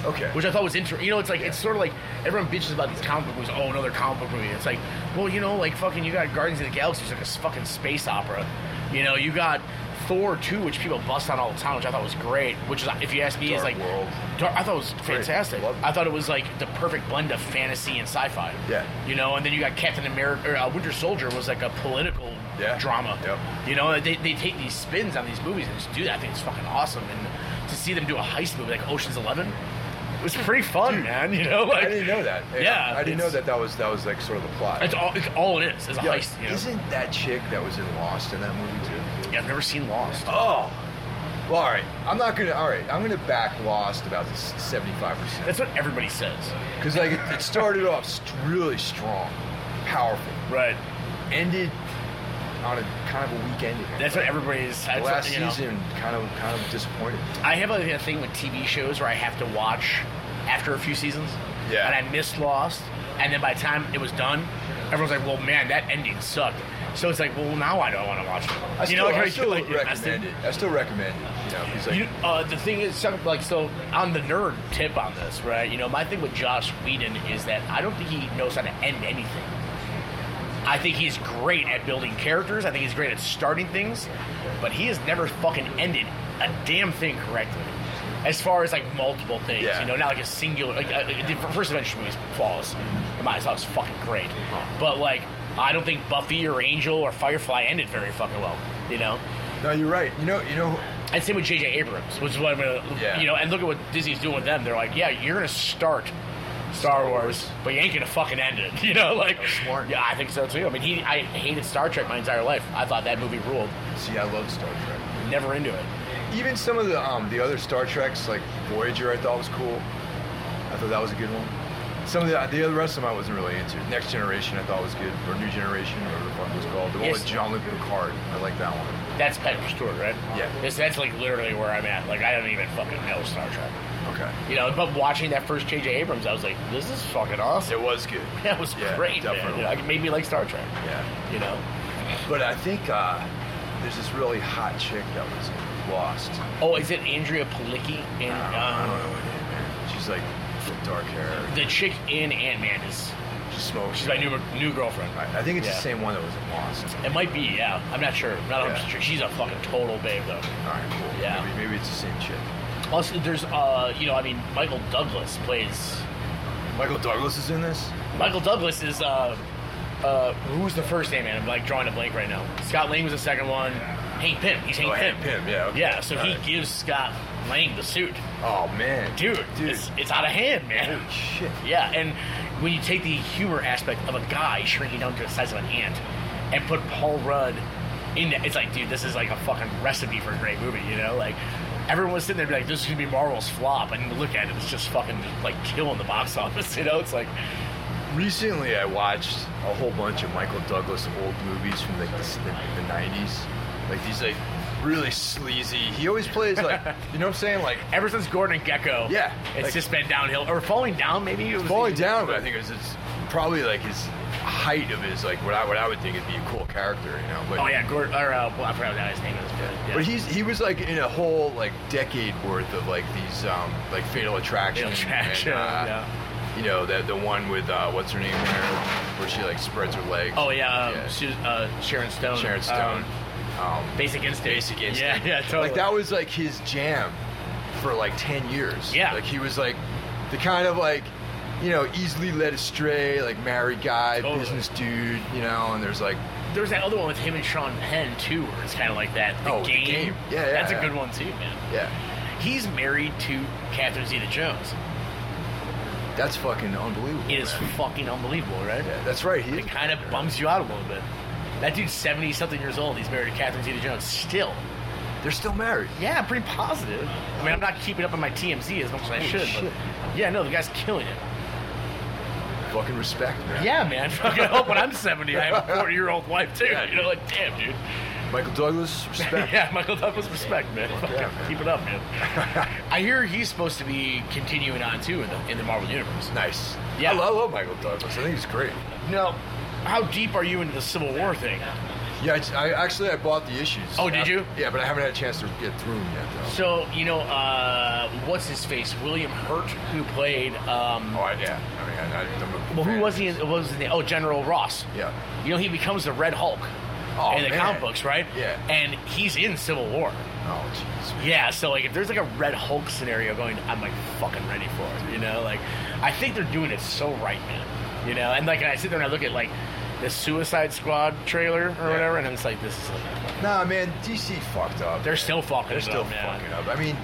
Speaker 3: Okay.
Speaker 2: Which I thought was interesting. You know, it's like it's sort of like everyone bitches about these comic book movies. Oh, another comic book movie. It's like, well, you know, like fucking, you got Guardians of the Galaxy, it's like a s- fucking space opera. You know, you got Thor 2, which people bust on all the time, which I thought was great. Which is, if you ask me, is
Speaker 3: Dark
Speaker 2: like
Speaker 3: World.
Speaker 2: Dar- I thought it was fantastic.
Speaker 3: Love it.
Speaker 2: I thought it was like the perfect blend of fantasy and sci-fi.
Speaker 3: Yeah.
Speaker 2: You know, and then you got Captain America, or, uh, Winter Soldier was like a political
Speaker 3: Yeah.
Speaker 2: drama.
Speaker 3: Yep.
Speaker 2: You know, they, they take these spins on these movies and just do that. I think it's fucking awesome. And to see them do a heist movie like Ocean's Eleven, it was pretty fun, man. You know, like
Speaker 3: I didn't know that.
Speaker 2: Yeah,
Speaker 3: I didn't know
Speaker 2: it's-
Speaker 3: that that was that was like sort of the plot.
Speaker 2: It's all, it's all it is is a
Speaker 3: Yeah,
Speaker 2: heist. You know?
Speaker 3: Isn't that chick that was in Lost in that movie too?
Speaker 2: Yeah, I've never seen Lost.
Speaker 3: Oh. Well, all right. I'm not gonna. All right. I'm gonna back Lost about seventy-five percent
Speaker 2: That's what everybody says.
Speaker 3: because like it, it started off st- really strong, powerful,
Speaker 2: Right.
Speaker 3: ended on a kind of a weak ending.
Speaker 2: That's what everybody's.
Speaker 3: the
Speaker 2: That's what,
Speaker 3: last
Speaker 2: you know.
Speaker 3: season kind of kind of disappointed.
Speaker 2: I have a, a thing with TV shows where I have to watch after a few seasons.
Speaker 3: Yeah.
Speaker 2: And I missed Lost, and then by the time it was done, everyone's like, "Well, man, that ending sucked." So it's like, "Well, now I don't want to watch it."
Speaker 3: I still,
Speaker 2: you know, like, how
Speaker 3: I
Speaker 2: you
Speaker 3: still
Speaker 2: feel like you're
Speaker 3: recommend
Speaker 2: invested?
Speaker 3: it. I still recommend it. You know, he's like,
Speaker 2: You, uh, the thing is, some- like, so on the nerd tip on this, right? You know, my thing with Josh Whedon is that I don't think he knows how to end anything. I think he's great at building characters. I think he's great at starting things, but he has never fucking ended a damn thing correctly. As far as like multiple things,
Speaker 3: Yeah.
Speaker 2: you know, not like a singular. Like, uh, like, the first Avengers movie is flawless. In my eyes, that was fucking great. But like, I don't think Buffy or Angel or Firefly ended very fucking well. You know,
Speaker 3: no, you're right. You know, you know,
Speaker 2: and same with J.J. Abrams, which is what I'm gonna,
Speaker 3: Yeah.
Speaker 2: you know, and look at what Disney's doing with them. They're like, yeah, you're gonna start Star Wars, but you ain't gonna fucking end it, [laughs] you know? Like,
Speaker 3: smart.
Speaker 2: yeah, I think so too. I mean, he, I hated Star Trek my entire life. I thought that movie ruled.
Speaker 3: see, I love Star Trek.
Speaker 2: Never into it.
Speaker 3: Even some of the um, the other Star Treks, like Voyager, I thought was cool. I thought that was a good one. Some of the the other rest of them I wasn't really into. Next Generation I thought was good, or New Generation, or whatever the fuck it was called. The one
Speaker 2: Yes.
Speaker 3: with John Luke Picard, I like that one.
Speaker 2: That's Patrick Stewart, right?
Speaker 3: Yeah.
Speaker 2: That's, that's like literally where I'm at. Like, I don't even fucking know Star Trek,
Speaker 3: Okay,
Speaker 2: you know. But watching that first J.J. Abrams, I was like, this is fucking awesome. [laughs]
Speaker 3: it was good.
Speaker 2: That was
Speaker 3: Yeah,
Speaker 2: great, man.
Speaker 3: definitely.
Speaker 2: You know, it made me like Star Trek,
Speaker 3: Yeah,
Speaker 2: you know.
Speaker 3: but I think uh, there's this really hot chick that was lost.
Speaker 2: Oh, is it Andrea Palicki? And
Speaker 3: I don't
Speaker 2: uh,
Speaker 3: know what it is, man. She's like dark hair.
Speaker 2: the chick in Ant Man is
Speaker 3: She smokes.
Speaker 2: She's my new new girlfriend.
Speaker 3: I I think it's
Speaker 2: Yeah.
Speaker 3: the same one that was in Lost.
Speaker 2: It might be, yeah. I'm not sure. Not 100
Speaker 3: Yeah.
Speaker 2: sure. She's a fucking total babe, though.
Speaker 3: All right, cool.
Speaker 2: Yeah.
Speaker 3: Maybe, maybe it's the same chick.
Speaker 2: Also, there's, uh, you know, I mean, Michael Douglas plays.
Speaker 3: Michael Douglas is in this.
Speaker 2: Michael Douglas is, uh, uh, who's the first Ant Man? I'm like drawing a blank right now. Scott Lang was the second one. Hank Pym. He's Hank
Speaker 3: Oh,
Speaker 2: Pym.
Speaker 3: Hank Pym, yeah, okay.
Speaker 2: Yeah, so he
Speaker 3: Alright.
Speaker 2: gives Scott Lang the suit.
Speaker 3: Oh man,
Speaker 2: Dude,
Speaker 3: dude,
Speaker 2: It's, it's out of hand, man.
Speaker 3: holy shit!
Speaker 2: Yeah, and when you take the humor aspect of a guy shrinking down to the size of an ant and put Paul Rudd in it, it's like, dude, this is like a fucking recipe for a great movie, you know? Like, everyone was sitting there like, this is gonna be Marvel's flop, and look at it, it's just fucking like killing the box office, [laughs] you know? It's like,
Speaker 3: Recently, I watched a whole bunch of Michael Douglas old movies from like the, the, the '90s, like these like really sleazy. He always plays
Speaker 2: [laughs]
Speaker 3: like, you know what I'm saying? Like
Speaker 2: ever since Gordon and Gecko,
Speaker 3: Yeah,
Speaker 2: it's
Speaker 3: like-
Speaker 2: just been downhill or falling down, maybe it was
Speaker 3: falling down, but I think it was it's probably like his height of his like what I what I would think would be a cool character, you know? But,
Speaker 2: Oh yeah, Gordon. Or uh, well, I forgot what his name is. But, yeah.
Speaker 3: But he's he was like in a whole like decade worth of like these um like Fatal Attraction, uh,
Speaker 2: Fatal Attraction, yeah.
Speaker 3: You know that the one with uh, what's her name there, where she like spreads her legs.
Speaker 2: oh yeah, um, Su- uh, Sharon Stone.
Speaker 3: Sharon Stone.
Speaker 2: Um,
Speaker 3: Um,
Speaker 2: Basic Instinct.
Speaker 3: Basic Instinct.
Speaker 2: Yeah, yeah, totally.
Speaker 3: Like that was like his jam for like ten years.
Speaker 2: Yeah.
Speaker 3: Like he was like the kind of like you know easily led astray like married guy
Speaker 2: Totally.
Speaker 3: business dude you know and there's like
Speaker 2: There's that other one with him and Sean Penn too, where it's kind of like that. The
Speaker 3: Oh, The
Speaker 2: game.
Speaker 3: Game. Yeah, yeah,
Speaker 2: That's
Speaker 3: yeah.
Speaker 2: a good one too, man.
Speaker 3: yeah
Speaker 2: He's married to Catherine Zeta-Jones.
Speaker 3: that's fucking unbelievable.
Speaker 2: It is
Speaker 3: man.
Speaker 2: fucking unbelievable, right?
Speaker 3: yeah, that's right. He is
Speaker 2: It kind of bums you out a little bit. That dude's seventy something years old. He's married to Catherine Zeta-Jones still.
Speaker 3: They're still married.
Speaker 2: Yeah, I'm pretty positive. I mean, I'm not keeping up on my TMZ as much as I
Speaker 3: Holy
Speaker 2: should.
Speaker 3: shit.
Speaker 2: But yeah, no, the guy's killing it.
Speaker 3: Fucking respect, man.
Speaker 2: Yeah, [laughs] man. Fucking hope when I'm seventy, I have a forty-year-old wife too.
Speaker 3: Yeah,
Speaker 2: you know, like damn, dude.
Speaker 3: Michael
Speaker 2: [laughs]
Speaker 3: Douglas, respect.
Speaker 2: yeah, Michael Douglas, respect, man. Fucking
Speaker 3: yeah, man.
Speaker 2: Keep it up, man. [laughs] I hear he's supposed to be continuing on too in the in the Marvel universe.
Speaker 3: Nice.
Speaker 2: Yeah.
Speaker 3: I love, I love Michael Douglas. I think he's great.
Speaker 2: Now, how deep are you into the Civil War thing?
Speaker 3: Yeah, I, I- actually I bought the issues.
Speaker 2: Oh, did you?
Speaker 3: Yeah, but I haven't had a chance to get through them yet, though.
Speaker 2: So you know, uh, what's his face? William Hurt, who played. Um,
Speaker 3: oh, I, yeah. I mean, I, I, I'm a
Speaker 2: well, who
Speaker 3: fan.
Speaker 2: was he? in- What was his name? Oh, General Ross.
Speaker 3: Yeah.
Speaker 2: You know, he becomes the Red Hulk.
Speaker 3: Oh,
Speaker 2: in the
Speaker 3: man.
Speaker 2: comic books, right?
Speaker 3: Yeah.
Speaker 2: And he's in Civil War.
Speaker 3: Oh, jeez. man.
Speaker 2: Yeah, so like if there's like a Red Hulk scenario going, I'm like fucking ready for it, you know? Like I think they're doing it so right now, you know? And like I sit there and I look at like the Suicide Squad trailer or whatever, and I'm just like, this is like
Speaker 3: Nah, man, DC fucked up.
Speaker 2: they're still fucking.
Speaker 3: They're
Speaker 2: it
Speaker 3: still
Speaker 2: up, man.
Speaker 3: fucking up. I mean,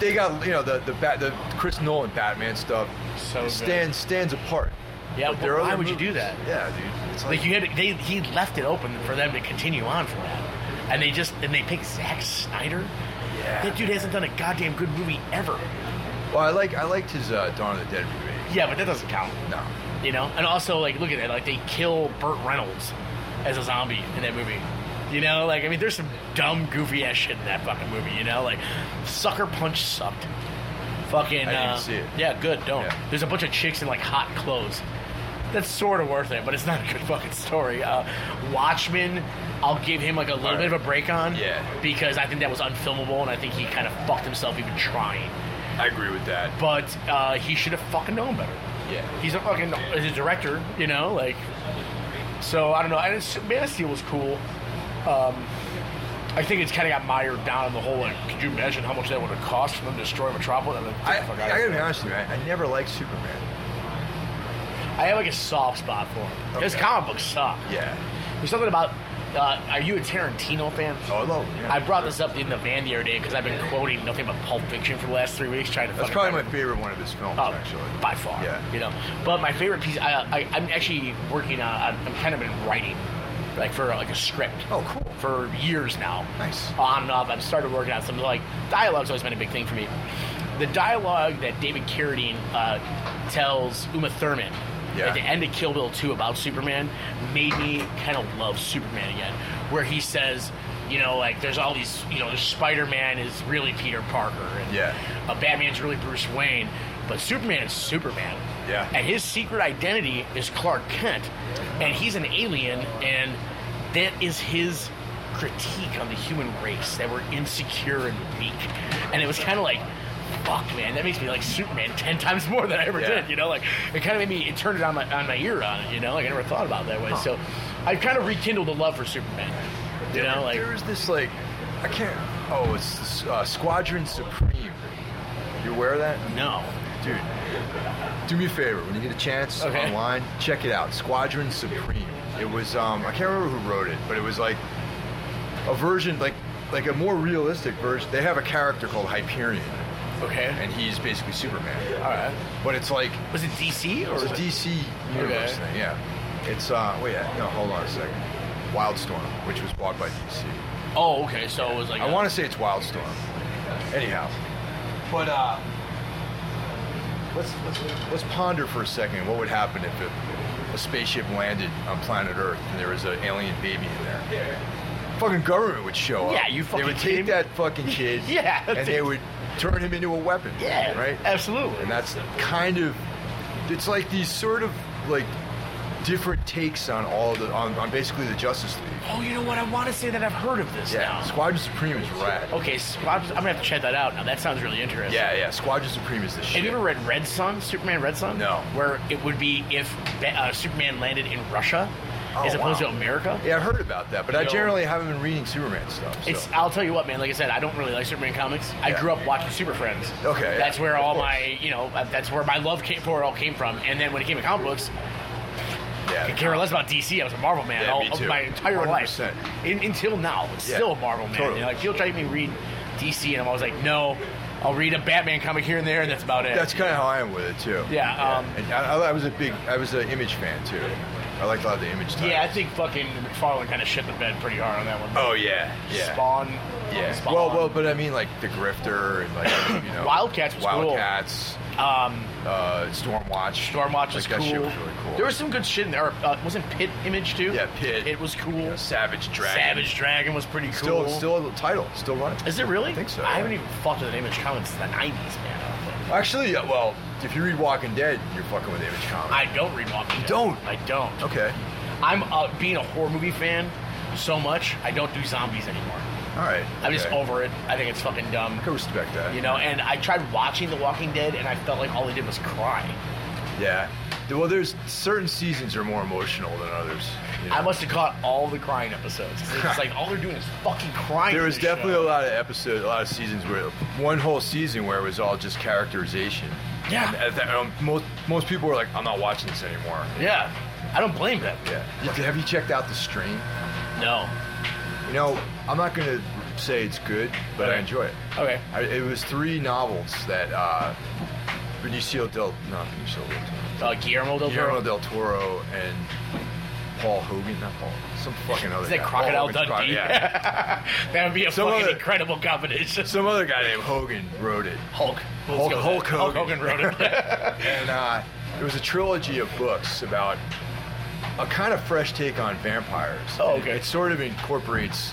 Speaker 3: they got you know the the bat, the Chris Nolan Batman stuff.
Speaker 2: So good.
Speaker 3: stands stands apart.
Speaker 2: Yeah,
Speaker 3: But
Speaker 2: but
Speaker 3: there are
Speaker 2: why
Speaker 3: other
Speaker 2: would you do
Speaker 3: movies-
Speaker 2: that?
Speaker 3: Yeah, dude. It's like,
Speaker 2: Like you had they he left it open for them to continue on from that. And they just and they picked Zack Snyder.
Speaker 3: Yeah.
Speaker 2: That dude hasn't done a goddamn good movie ever.
Speaker 3: well, I like I liked his uh, Dawn of the Dead remake.
Speaker 2: Yeah, but that doesn't count.
Speaker 3: No,
Speaker 2: You know? And also like look at that, like they kill Burt Reynolds as a zombie in that movie. You know, like I mean there's some dumb goofy ass shit in that fucking movie, you know? Like Sucker Punch sucked. Fucking
Speaker 3: I didn't
Speaker 2: uh,
Speaker 3: see it.
Speaker 2: Yeah, good, don't.
Speaker 3: Yeah.
Speaker 2: There's a bunch of chicks in like hot clothes. That's sort of worth it, but it's not a good fucking story. Uh, Watchmen, I'll give him like a little bit of a break on.
Speaker 3: Yeah.
Speaker 2: Because I think that was unfilmable, and I think he kind of fucked himself even trying.
Speaker 3: I agree with that.
Speaker 2: But uh, he should have fucking known better.
Speaker 3: Yeah.
Speaker 2: He's a fucking he's a director, you know, like. So I don't know. And it's, Man of Steel was cool. Um, I think it's kind of got mired down in the whole. Like, could you imagine how much that would have cost for them to destroy Metropolis? I'm like, get
Speaker 3: I, I
Speaker 2: the fuck outta
Speaker 3: gotta
Speaker 2: here.
Speaker 3: be honest with you, man. I never liked Superman.
Speaker 2: I have like a soft spot for him. His
Speaker 3: Okay.
Speaker 2: comic books suck.
Speaker 3: Yeah.
Speaker 2: There's something about. Uh, are you a Tarantino fan?
Speaker 3: Oh, I love him. Yeah.
Speaker 2: I brought this up in the van the other day because I've been quoting nothing but Pulp Fiction for the last three weeks, trying to.
Speaker 3: That's
Speaker 2: fucking
Speaker 3: probably
Speaker 2: find-
Speaker 3: my favorite one of his films,
Speaker 2: Oh,
Speaker 3: actually.
Speaker 2: by far.
Speaker 3: Yeah.
Speaker 2: You know, but my favorite piece. I, I I'm actually working on. I'm, I'm kind of been writing, like for like a script.
Speaker 3: Oh, cool.
Speaker 2: For years now.
Speaker 3: Nice.
Speaker 2: On and off. I've started working on some like dialogue's always been a big thing for me. The dialogue that David Carradine uh, tells Uma Thurman
Speaker 3: Yeah.
Speaker 2: at the end of Kill Bill 2 about Superman made me kind of love Superman again. Where he says, you know, like there's all these, you know, Spider Man is really Peter Parker, and
Speaker 3: Yeah.
Speaker 2: uh, Batman's really Bruce Wayne, but Superman is Superman.
Speaker 3: Yeah.
Speaker 2: And his secret identity is Clark Kent, and he's an alien, and that is his critique on the human race that we're insecure and weak. And it was kind of like, fuck, man, that makes me like Superman ten times more than I ever
Speaker 3: Yeah.
Speaker 2: did. You know, like it kind of made me it turned it on my on my ear on it. You know, like I never thought about it that way. So I kind of rekindled the love for Superman. You know, like
Speaker 3: there was this like, I can't. Oh, it's this, uh, Squadron Supreme. You aware of that?
Speaker 2: no,
Speaker 3: Dude, do me a favor. When you get a chance
Speaker 2: Okay.
Speaker 3: online, check it out. Squadron Supreme. It was um I can't remember who wrote it, but it was like a version like like a more realistic version. They have a character called Hyperion,
Speaker 2: okay,
Speaker 3: and he's basically Superman.
Speaker 2: all right.
Speaker 3: But it's like
Speaker 2: Was it DC or
Speaker 3: it's
Speaker 2: was
Speaker 3: a
Speaker 2: it
Speaker 3: DC universe
Speaker 2: Okay.
Speaker 3: thing. Yeah. It's uh wait yeah, no hold on a second. Wildstorm, which was bought by DC.
Speaker 2: Oh, okay. So it was like
Speaker 3: I
Speaker 2: a-
Speaker 3: want to say it's Wildstorm. Anyhow, but uh, let's, let's let's ponder for a second what would happen if it, a spaceship landed on planet Earth and there was an alien baby in there. Fucking government would show up.
Speaker 2: Yeah, you
Speaker 3: They
Speaker 2: fucking
Speaker 3: would
Speaker 2: kidding
Speaker 3: take
Speaker 2: me?
Speaker 3: that fucking kid.
Speaker 2: [laughs] Yeah,
Speaker 3: and they
Speaker 2: dude.
Speaker 3: would turn him into a weapon.
Speaker 2: yeah,
Speaker 3: right.
Speaker 2: Absolutely.
Speaker 3: And that's kind of it's like these sort of like different takes on all the on, on basically the Justice League.
Speaker 2: oh, you know what? I want to say that I've heard of this
Speaker 3: Yeah,
Speaker 2: now.
Speaker 3: Squadron Supreme is rad.
Speaker 2: Okay, so I'm, I'm gonna have to check that out now. That sounds really interesting.
Speaker 3: Yeah, yeah. Squadron Supreme is the shit.
Speaker 2: Have you ever read Red Sun, Superman Red Sun?
Speaker 3: No.
Speaker 2: Where it would be if Ba- uh, Superman landed in Russia
Speaker 3: Oh,
Speaker 2: as opposed
Speaker 3: wow.
Speaker 2: to America.
Speaker 3: yeah, I've heard about that, but I
Speaker 2: Yo.
Speaker 3: generally haven't been reading Superman stuff. So.
Speaker 2: It's. I'll tell you what, man. Like I said, I don't really like Superman comics. I
Speaker 3: Yeah.
Speaker 2: grew up watching Super Friends.
Speaker 3: Okay, yeah,
Speaker 2: That's where
Speaker 3: of
Speaker 2: all
Speaker 3: course.
Speaker 2: my, you know, uh, that's where my love came, for it all came from. And then when it came to comic books, I
Speaker 3: yeah,
Speaker 2: could care less about DC. I was a Marvel man
Speaker 3: Yeah,
Speaker 2: all
Speaker 3: me
Speaker 2: of
Speaker 3: too.
Speaker 2: my entire life.
Speaker 3: 100%.
Speaker 2: In, until now, it's
Speaker 3: Yeah,
Speaker 2: still a Marvel man.
Speaker 3: totally.
Speaker 2: You know, like people try to make me read DC, and I'm always like, no, I'll read a Batman comic here and there, and that's about it.
Speaker 3: that's kind of how I am with it too.
Speaker 2: Yeah, um,
Speaker 3: and I, I was a big, I was an Image fan too. I liked a lot of the Image stuff.
Speaker 2: yeah, I think fucking McFarlane kind of shit the bed pretty hard on that one.
Speaker 3: Oh yeah, yeah.
Speaker 2: Spawn.
Speaker 3: Yeah.
Speaker 2: Spawn.
Speaker 3: Well, well, but I mean, like the Grifter, and like you know,
Speaker 2: [coughs] Wildcats was cool.
Speaker 3: Wildcats,
Speaker 2: um,
Speaker 3: uh, Stormwatch.
Speaker 2: Stormwatch
Speaker 3: like,
Speaker 2: was
Speaker 3: that
Speaker 2: cool.
Speaker 3: Shit was really cool.
Speaker 2: There was some good shit in there. Uh, wasn't Pit Image too?
Speaker 3: Yeah, Pit.
Speaker 2: It was cool.
Speaker 3: You know, Savage Dragon.
Speaker 2: Savage Dragon was pretty
Speaker 3: Still,
Speaker 2: cool.
Speaker 3: still a title, still running.
Speaker 2: Is it really?
Speaker 3: I think so.
Speaker 2: I haven't even fucked with an Image comic since the '90s, man. I don't think.
Speaker 3: Actually, uh, well, if you read Walking Dead, you're fucking with Image Comics.
Speaker 2: I don't read Walking Dead.
Speaker 3: Don't?
Speaker 2: I don't.
Speaker 3: Okay.
Speaker 2: I'm uh, being a horror movie fan so much. I don't do zombies anymore.
Speaker 3: All right.
Speaker 2: I'm just
Speaker 3: okay.
Speaker 2: over it. I think it's fucking dumb.
Speaker 3: I can respect that.
Speaker 2: You know, and I tried watching The Walking Dead, and I felt like all they did was cry.
Speaker 3: Yeah. Well, there's certain seasons are more emotional than others. you know?
Speaker 2: I must have caught all the crying episodes. 'cause It's like all they're doing is fucking crying.
Speaker 3: There
Speaker 2: in
Speaker 3: was
Speaker 2: this
Speaker 3: definitely
Speaker 2: show.
Speaker 3: a lot of episodes, a lot of seasons where one whole season where it was all just characterization.
Speaker 2: Yeah.
Speaker 3: And at that, um, most most people were like, "I'm not watching this anymore."
Speaker 2: Yeah, I don't blame them.
Speaker 3: Yeah. You- Have you checked out the stream?
Speaker 2: No.
Speaker 3: You know, I'm not gonna say it's good, but I
Speaker 2: Okay.
Speaker 3: enjoy it.
Speaker 2: Okay.
Speaker 3: I, it was three novels that uh, Benicio del not Benicio del Toro,
Speaker 2: Uh, Guillermo del Toro.
Speaker 3: Guillermo del Toro and Paul Hogan, not Paul, some fucking other.
Speaker 2: Is that
Speaker 3: guy. Paul
Speaker 2: Crocodile
Speaker 3: Hogan's Cro-
Speaker 2: Dundee? [laughs]
Speaker 3: yeah.
Speaker 2: that would be a
Speaker 3: Some
Speaker 2: fucking
Speaker 3: other-
Speaker 2: incredible combination.
Speaker 3: Some other guy named Hogan wrote it.
Speaker 2: Hulk. Let's
Speaker 3: Hulk-
Speaker 2: go with
Speaker 3: Hulk
Speaker 2: that. Hulk
Speaker 3: Hogan.
Speaker 2: Hogan
Speaker 3: [laughs]
Speaker 2: wrote it.
Speaker 3: and uh, it was a trilogy of books about a kind of fresh take on vampires.
Speaker 2: Oh,
Speaker 3: And
Speaker 2: okay.
Speaker 3: It, it sort of incorporates,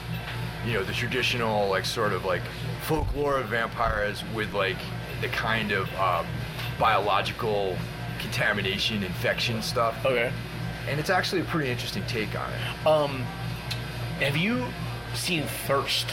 Speaker 3: you know, the traditional like sort of like folklore of vampires with like the kind of um, biological contamination, infection stuff,
Speaker 2: okay.
Speaker 3: and it's actually a pretty interesting take on it.
Speaker 2: Um, have you seen Thirst?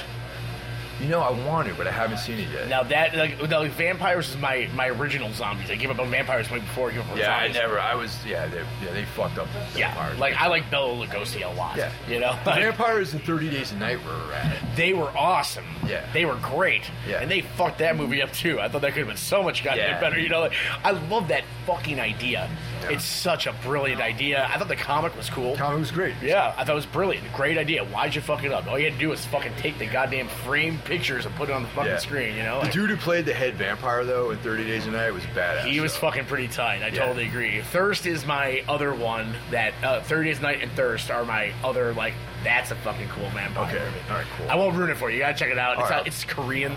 Speaker 3: You know, I want to, but I haven't seen it yet.
Speaker 2: Now that like, now, like vampires is my my original zombies. I gave up on vampires way before I gave up on
Speaker 3: yeah, I
Speaker 2: zombies.
Speaker 3: never. I was. Yeah, they, yeah, they fucked up. the
Speaker 2: Yeah,
Speaker 3: vampires.
Speaker 2: like I like Bela Lugosi a lot.
Speaker 3: Yeah.
Speaker 2: you know, [laughs]
Speaker 3: The
Speaker 2: Like,
Speaker 3: vampires in Thirty Days a Night were at it.
Speaker 2: they were awesome.
Speaker 3: Yeah.
Speaker 2: they were great.
Speaker 3: Yeah.
Speaker 2: and they fucked that movie up too. I thought that could have been so much goddamn
Speaker 3: Yeah.
Speaker 2: better. You know, like, I love that fucking idea.
Speaker 3: Yeah.
Speaker 2: It's such a brilliant idea. I thought the comic was cool.
Speaker 3: Comic was great.
Speaker 2: Yeah, I thought it was brilliant. Great idea. Why'd you fuck it up? All you had to do was fucking take the goddamn frame pictures and put it on the fucking
Speaker 3: Yeah.
Speaker 2: screen, you know?
Speaker 3: The
Speaker 2: Like,
Speaker 3: dude who played the head vampire though in Thirty Days a Night was badass.
Speaker 2: he was
Speaker 3: though.
Speaker 2: fucking pretty tight. I
Speaker 3: Yeah.
Speaker 2: totally agree. Thirst is my other one that uh, 30th Night and Thirst are my other, like, that's a fucking cool vampire.
Speaker 3: Okay.
Speaker 2: movie.
Speaker 3: All right, cool.
Speaker 2: I won't ruin it for you. You gotta check it out.
Speaker 3: All
Speaker 2: It's,
Speaker 3: right.
Speaker 2: out- it's Korean.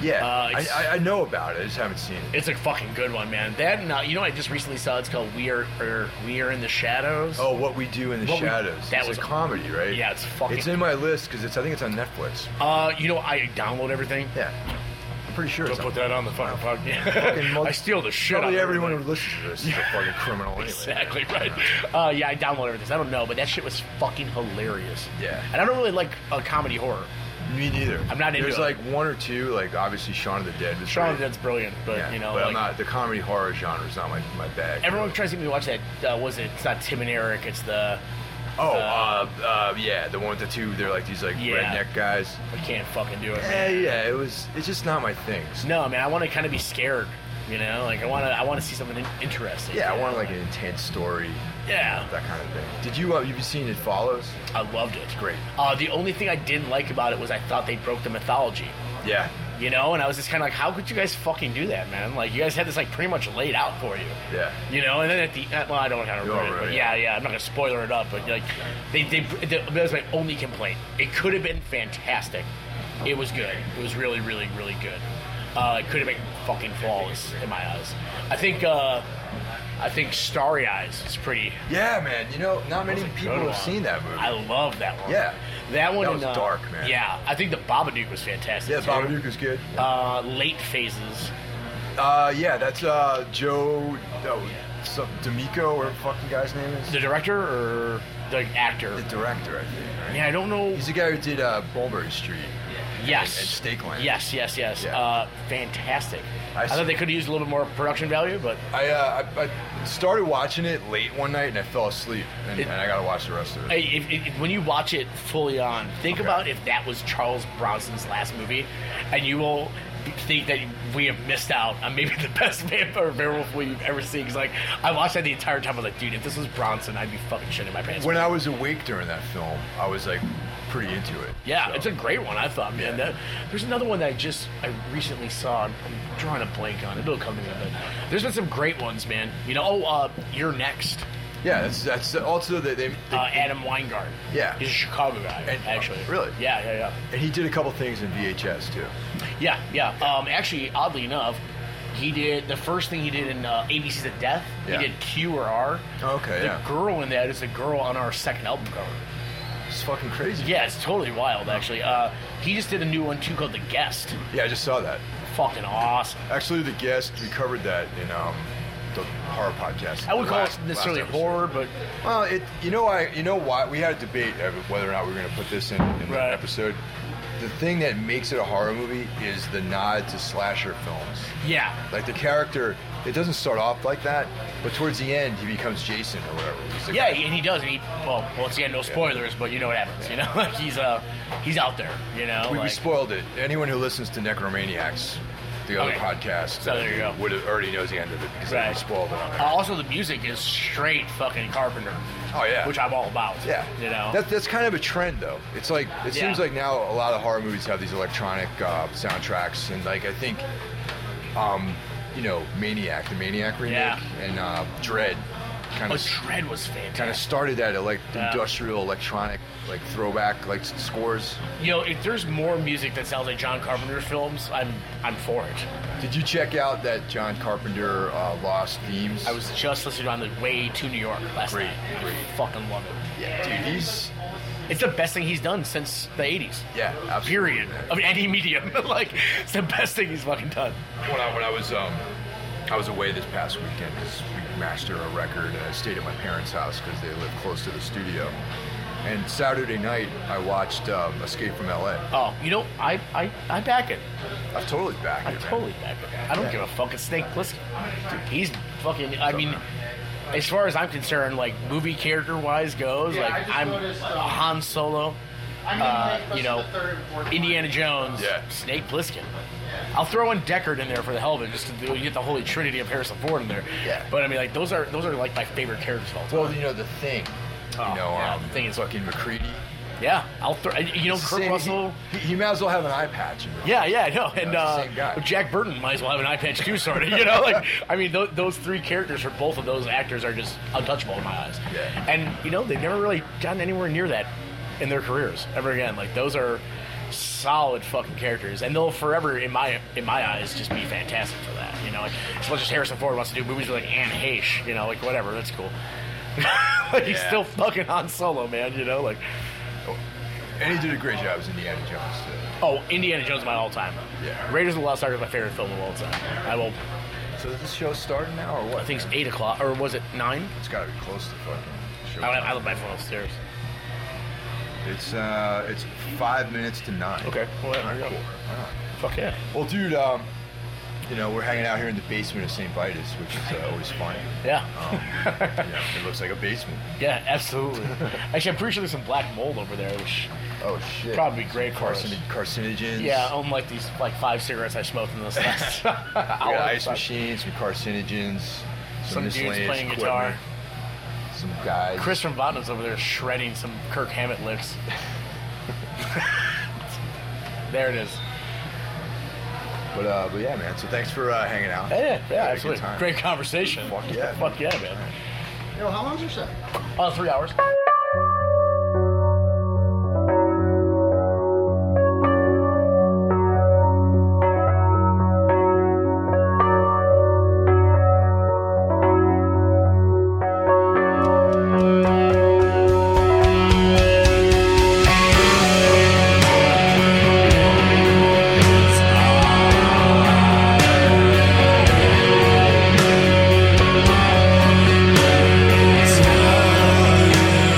Speaker 3: Yeah,
Speaker 2: uh, it's-
Speaker 3: I, I, I know about it. I just haven't seen it.
Speaker 2: It's a fucking good one, man. That and, uh, you know, what I just recently saw it's called We Are, or we Are in the Shadows.
Speaker 3: Oh, what we do in the
Speaker 2: What We-
Speaker 3: shadows.
Speaker 2: that
Speaker 3: it's
Speaker 2: was-
Speaker 3: a comedy, right?
Speaker 2: Yeah, it's fucking-
Speaker 3: It's in my list because it's. I think it's on Netflix.
Speaker 2: Uh, you know, I download everything.
Speaker 3: Yeah, I'm pretty sure. it's
Speaker 2: Don't
Speaker 3: on-
Speaker 2: put that on the fucking [laughs]
Speaker 3: Fucking
Speaker 2: podcast.
Speaker 3: mother-
Speaker 2: I steal the shit out of
Speaker 3: Probably everyone
Speaker 2: everything.
Speaker 3: who listens to this is a fucking criminal anyway.
Speaker 2: Exactly right. Uh, yeah, I downloaded everything. I don't know, but that shit was fucking hilarious.
Speaker 3: Yeah.
Speaker 2: And I don't really like uh, comedy horror.
Speaker 3: Me neither.
Speaker 2: I'm not into
Speaker 3: There's
Speaker 2: it.
Speaker 3: like one or two. Like obviously, Shaun of the Dead. Was
Speaker 2: Shaun of
Speaker 3: great.
Speaker 2: the Dead's brilliant, but
Speaker 3: Yeah,
Speaker 2: you know,
Speaker 3: but
Speaker 2: like,
Speaker 3: I'm not. The comedy horror genre is not my, my bag.
Speaker 2: everyone tries to get me to watch that. Uh, was it? It's not Tim and Eric. It's the
Speaker 3: Oh, uh, uh, yeah, the one with the two. They're like these like
Speaker 2: Yeah.
Speaker 3: redneck guys.
Speaker 2: I can't fucking do it. man.
Speaker 3: Eh, yeah, it was. It's just not my thing. So-
Speaker 2: No, man, I want to kind of be scared. You know, like I want to. I want to see something in- interesting.
Speaker 3: Yeah, I
Speaker 2: you
Speaker 3: want
Speaker 2: know?
Speaker 3: like an intense story,
Speaker 2: Yeah,
Speaker 3: that kind of thing. Did you? Uh, you've seen It Follows?
Speaker 2: I loved it.
Speaker 3: Great.
Speaker 2: Uh, the only thing I didn't like about it was I thought they broke the mythology.
Speaker 3: Yeah,
Speaker 2: You know, and I was just kind of like, how could you guys fucking do that, man? Like, you guys had this like pretty much laid out for you.
Speaker 3: yeah.
Speaker 2: You know, and then at the end, well, I don't kind of
Speaker 3: You
Speaker 2: ruin
Speaker 3: won't
Speaker 2: it,
Speaker 3: ruin
Speaker 2: but
Speaker 3: it.
Speaker 2: yeah, yeah, I'm not gonna spoiler it up, but like, they, they, that was my only complaint. It could have been fantastic. It was good. It was really, really, really good. Uh, it could have been fucking flawless in my eyes. I think, uh, I think Starry Eyes is pretty.
Speaker 3: Yeah, man. You know, not many
Speaker 2: That's a
Speaker 3: people
Speaker 2: good
Speaker 3: have
Speaker 2: one.
Speaker 3: seen that movie.
Speaker 2: I love that one.
Speaker 3: Yeah.
Speaker 2: that one
Speaker 3: That
Speaker 2: and,
Speaker 3: was
Speaker 2: uh,
Speaker 3: dark, man.
Speaker 2: Yeah, I think the Babadook was fantastic.
Speaker 3: yeah,
Speaker 2: too.
Speaker 3: Bob Duke is good.
Speaker 2: Uh, late phases.
Speaker 3: Uh, yeah, that's uh Joe. Oh, some D'Amico or fucking guy's name is
Speaker 2: The director or the actor?
Speaker 3: the director. I think. Right?
Speaker 2: yeah, I don't know.
Speaker 3: He's the guy who did uh, Mulberry Street.
Speaker 2: Yes.
Speaker 3: And steak lamb.
Speaker 2: Yes, yes, yes.
Speaker 3: Yeah.
Speaker 2: Uh, fantastic.
Speaker 3: I
Speaker 2: I,
Speaker 3: see.
Speaker 2: thought they could have used a little bit more production value, but
Speaker 3: I, uh, I I started watching it late one night and I fell asleep and,
Speaker 2: It-
Speaker 3: and I gotta watch the rest of
Speaker 2: I-
Speaker 3: it.
Speaker 2: if, if, if- when you watch it fully on, think
Speaker 3: Okay.
Speaker 2: about if that was Charles Bronson's last movie, and you will think that we have missed out on maybe [laughs] the best vampire werewolf movie you've ever seen. Because like I watched that the entire time, I was like, dude, if this was Bronson, I'd be fucking shitting my pants.
Speaker 3: When I was awake during that film, I was like pretty into it.
Speaker 2: Yeah,
Speaker 3: so.
Speaker 2: it's a great one. I thought, man.
Speaker 3: Yeah.
Speaker 2: That, there's another one that I just I recently saw. I'm, I'm drawing a blank on it. It'll come to me. But there's been some great ones, man. You know, oh, uh, you're next.
Speaker 3: Yeah, that's, that's also the, they.
Speaker 2: Uh, Adam Weingart.
Speaker 3: Yeah.
Speaker 2: he's a Chicago guy,
Speaker 3: And- uh,
Speaker 2: actually.
Speaker 3: really?
Speaker 2: Yeah, yeah,
Speaker 3: and he did a couple things in VHS too.
Speaker 2: yeah, yeah, yeah. Um, actually, oddly enough, he did the first thing he did in uh, ABC's of Death.
Speaker 3: Yeah.
Speaker 2: He did Q or R.
Speaker 3: Okay,
Speaker 2: The
Speaker 3: yeah.
Speaker 2: girl in that is the girl on our second album cover.
Speaker 3: It's fucking crazy.
Speaker 2: Yeah, it's totally wild, actually. Uh, he just did a new one too called The Guest.
Speaker 3: Yeah, I just saw that.
Speaker 2: Fucking awesome.
Speaker 3: Actually, the guest we covered that in um, the horror podcast.
Speaker 2: I wouldn't
Speaker 3: the
Speaker 2: call
Speaker 3: last-
Speaker 2: it necessarily
Speaker 3: last episode.
Speaker 2: horror, but
Speaker 3: Well, it. You know, I. You know why we had a debate of whether or not we were going to put this in, in
Speaker 2: Right.
Speaker 3: the episode. the thing that makes it a horror movie is the nod to slasher films.
Speaker 2: Yeah.
Speaker 3: Like the character, it doesn't start off like that, but towards the end he becomes Jason or whatever. He's the
Speaker 2: Yeah,
Speaker 3: guy-
Speaker 2: and he does. And he well, once again, no spoilers, but you know what happens. You know, [laughs] like he's uh, he's out there. You know,
Speaker 3: we, we
Speaker 2: like,
Speaker 3: spoiled it. Anyone who listens to Necromaniacs, the other
Speaker 2: Okay.
Speaker 3: podcast,
Speaker 2: So there you go.
Speaker 3: would have already knows the end of it because
Speaker 2: Right.
Speaker 3: we spoiled it on there.
Speaker 2: Uh, also, the music is straight fucking Carpenter,
Speaker 3: oh yeah,
Speaker 2: which I'm all about.
Speaker 3: yeah,
Speaker 2: You know.
Speaker 3: that, that's kind of a trend though. It's like it
Speaker 2: Yeah.
Speaker 3: seems like now a lot of horror movies have these electronic uh, soundtracks, and like I think, um, you know, Maniac, the Maniac remake,
Speaker 2: Yeah.
Speaker 3: and uh, Dread, kind of
Speaker 2: but Oh, Shred was
Speaker 3: kind of
Speaker 2: fantastic.
Speaker 3: started that like
Speaker 2: Yeah.
Speaker 3: industrial electronic like throwback like s- scores.
Speaker 2: You know, if there's more music that sounds like John Carpenter films, I'm I'm for it.
Speaker 3: Did you check out that John Carpenter uh, Lost Themes?
Speaker 2: I was just listening on the way to New York last
Speaker 3: Great,
Speaker 2: night.
Speaker 3: great.
Speaker 2: I fucking love it.
Speaker 3: yeah, dude, he's
Speaker 2: It's the best thing he's done since the '80s.
Speaker 3: Yeah, absolutely.
Speaker 2: Period.
Speaker 3: man.
Speaker 2: Of any medium, [laughs] like it's the best thing he's fucking done.
Speaker 3: When I, when I was um, I was away this past weekend 'cause we mastered a record, and I stayed at my parents' house because they live close to the studio. And Saturday night, I watched um, Escape from L.A.
Speaker 2: Oh, you know, I I, I back it.
Speaker 3: I'm totally back.
Speaker 2: I
Speaker 3: here, man.
Speaker 2: totally back it. I don't
Speaker 3: Yeah.
Speaker 2: give a fuck. It's Snake Plissken. Dude, he's fucking. I mean, as far as I'm concerned, like movie character wise goes,
Speaker 5: Yeah, I
Speaker 2: like
Speaker 5: just
Speaker 2: I'm
Speaker 5: noticed, um,
Speaker 2: Han Solo.
Speaker 5: I'm
Speaker 2: Uh,
Speaker 5: gonna make
Speaker 2: you
Speaker 5: you
Speaker 2: know,
Speaker 5: the third and fourth
Speaker 2: Indiana Jones,
Speaker 3: Yeah.
Speaker 2: Snake Plissken. I'll throw in Deckard in there for the hell of it, just to do, get the holy trinity of Harrison Ford in there.
Speaker 3: Yeah.
Speaker 2: But I mean, like those are those are like my favorite characters of all time.
Speaker 3: Well, you know the thing. You
Speaker 2: Oh,
Speaker 3: know,
Speaker 2: yeah,
Speaker 3: um,
Speaker 2: the thing is-
Speaker 3: fucking McCready.
Speaker 2: yeah, I'll throw. You know,
Speaker 3: It's the
Speaker 2: Kurt
Speaker 3: same-
Speaker 2: Russell.
Speaker 3: He, he might as well have an eye patch. you know?
Speaker 2: Yeah, yeah, I know. And
Speaker 3: Yeah,
Speaker 2: uh,
Speaker 3: same guy.
Speaker 2: Jack Burton might as well have an eye patch too, sort of. [laughs] You know, like I mean, th- those three characters for both of those actors are just untouchable in my eyes.
Speaker 3: Yeah.
Speaker 2: And you know, they've never really gotten anywhere near that in their careers ever again. Like those are solid fucking characters, and they'll forever, in my in my eyes, just be fantastic for that. You know, like, as much as Harrison Ford wants to do movies with like Anne Heche, you know, like whatever, that's cool. [laughs] like, He's
Speaker 3: Yeah.
Speaker 2: still fucking Han Solo, man. You know, like
Speaker 3: And he did a great job as Indiana Jones. Too.
Speaker 2: oh, Indiana Jones, is my all time.
Speaker 3: Yeah.
Speaker 2: Raiders of the Lost Ark is my favorite film of all time. I will
Speaker 3: So is this show starting now, or what?
Speaker 2: I think it's eight o'clock, or was it nine?
Speaker 3: it's got to be close to fucking. Show
Speaker 2: I, I left my phone upstairs.
Speaker 3: It's uh, it's five minutes to nine.
Speaker 2: Okay, well, there you go.
Speaker 3: Ah.
Speaker 2: Fuck yeah.
Speaker 3: Well, dude, um, you know we're hanging out here in the basement of St. Vitus, which is uh, always fun.
Speaker 2: Yeah,
Speaker 5: [laughs]
Speaker 3: Um, yeah, it looks like a basement.
Speaker 2: yeah, absolutely. [laughs] Actually, I'm pretty sure there's some black mold over there, which
Speaker 3: Oh shit.
Speaker 2: probably be great for us.
Speaker 3: Carcin- carcinogens.
Speaker 2: Yeah, unlike these like five cigarettes I smoked
Speaker 3: [laughs]
Speaker 2: in this last
Speaker 3: We
Speaker 2: hour.
Speaker 3: got ice machines, some carcinogens,
Speaker 2: Some
Speaker 3: some,
Speaker 2: dudes
Speaker 3: miscellaneous
Speaker 2: playing
Speaker 3: equipment,
Speaker 2: guitar.
Speaker 3: Some guys.
Speaker 2: Chris from Bottom's over there shredding some Kirk Hammett
Speaker 3: [laughs]
Speaker 2: licks. there it is.
Speaker 3: But uh, but yeah, man. So thanks for uh, hanging out.
Speaker 2: Yeah, yeah,
Speaker 3: We had a good
Speaker 2: absolutely.
Speaker 3: time.
Speaker 2: Great conversation.
Speaker 3: Fuck yeah.
Speaker 2: Fuck yeah, man.
Speaker 5: one. Yo, how long's your set?
Speaker 2: Oh, three hours.
Speaker 6: It's time.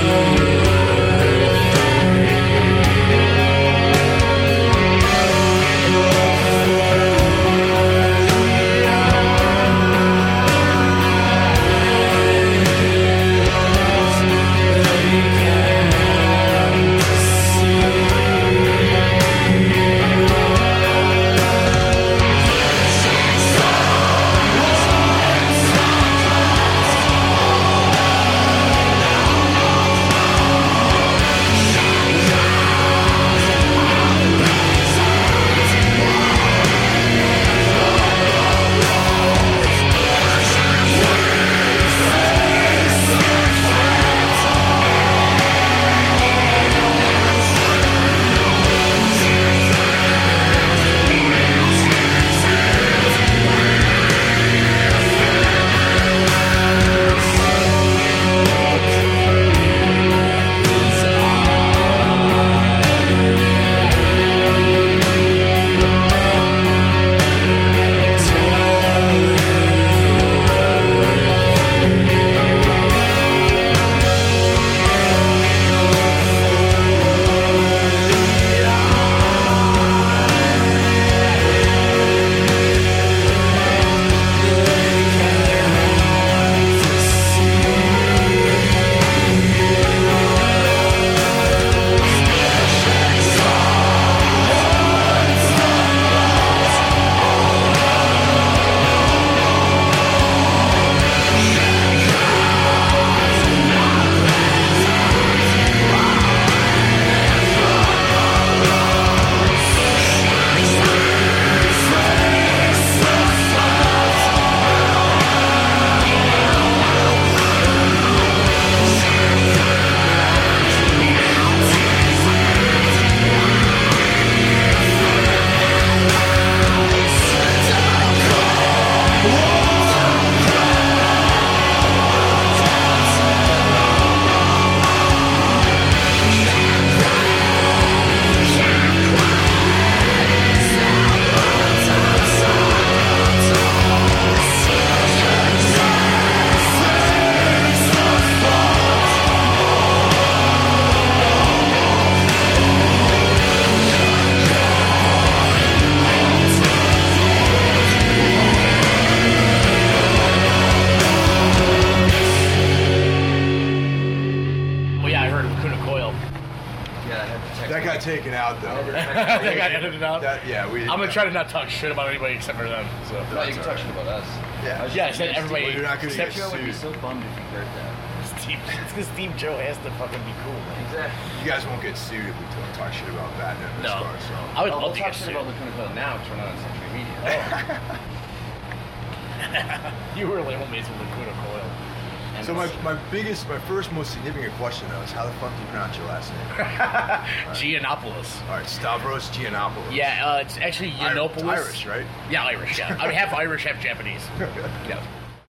Speaker 2: [laughs]
Speaker 3: got taken out though.
Speaker 2: They got edited out?
Speaker 3: That- yeah, we.
Speaker 2: I'm gonna try to not talk shit about anybody except for them. So.
Speaker 4: No, you can talk shit about us.
Speaker 3: Yeah.
Speaker 4: I was
Speaker 2: Yeah, I
Speaker 4: just
Speaker 2: said
Speaker 4: gonna
Speaker 2: everybody-
Speaker 3: Well, you're not gonna
Speaker 4: Steve,
Speaker 3: get
Speaker 4: Steve Joe would be
Speaker 3: sued.
Speaker 4: so bummed if you heard that.
Speaker 2: Steve, [laughs] it's because Steve Joe has to fucking be cool. man.
Speaker 4: Exactly.
Speaker 3: You guys won't get sued if we don't talk shit about Batman.
Speaker 2: No,
Speaker 3: As far,
Speaker 2: I would love
Speaker 4: Oh,
Speaker 2: to
Speaker 4: we'll talk
Speaker 2: get
Speaker 4: shit
Speaker 2: sued.
Speaker 4: about Lacuna Coil now because we're not on Century Media.
Speaker 2: You really want me to Lacuna Coil.
Speaker 3: so.
Speaker 4: And
Speaker 3: Oh, so my,
Speaker 4: it's-
Speaker 3: my biggest, my first, most significant question though is how the fuck do you pronounce your last name?
Speaker 2: Giannopoulos.
Speaker 3: All right, Stavros Giannopoulos.
Speaker 2: Yeah, uh, it's actually
Speaker 3: Ir-
Speaker 2: Yiannopoulos.
Speaker 3: Irish, right? [laughs]
Speaker 2: Yeah, Irish. Yeah, I mean half Irish, half Japanese. Yeah.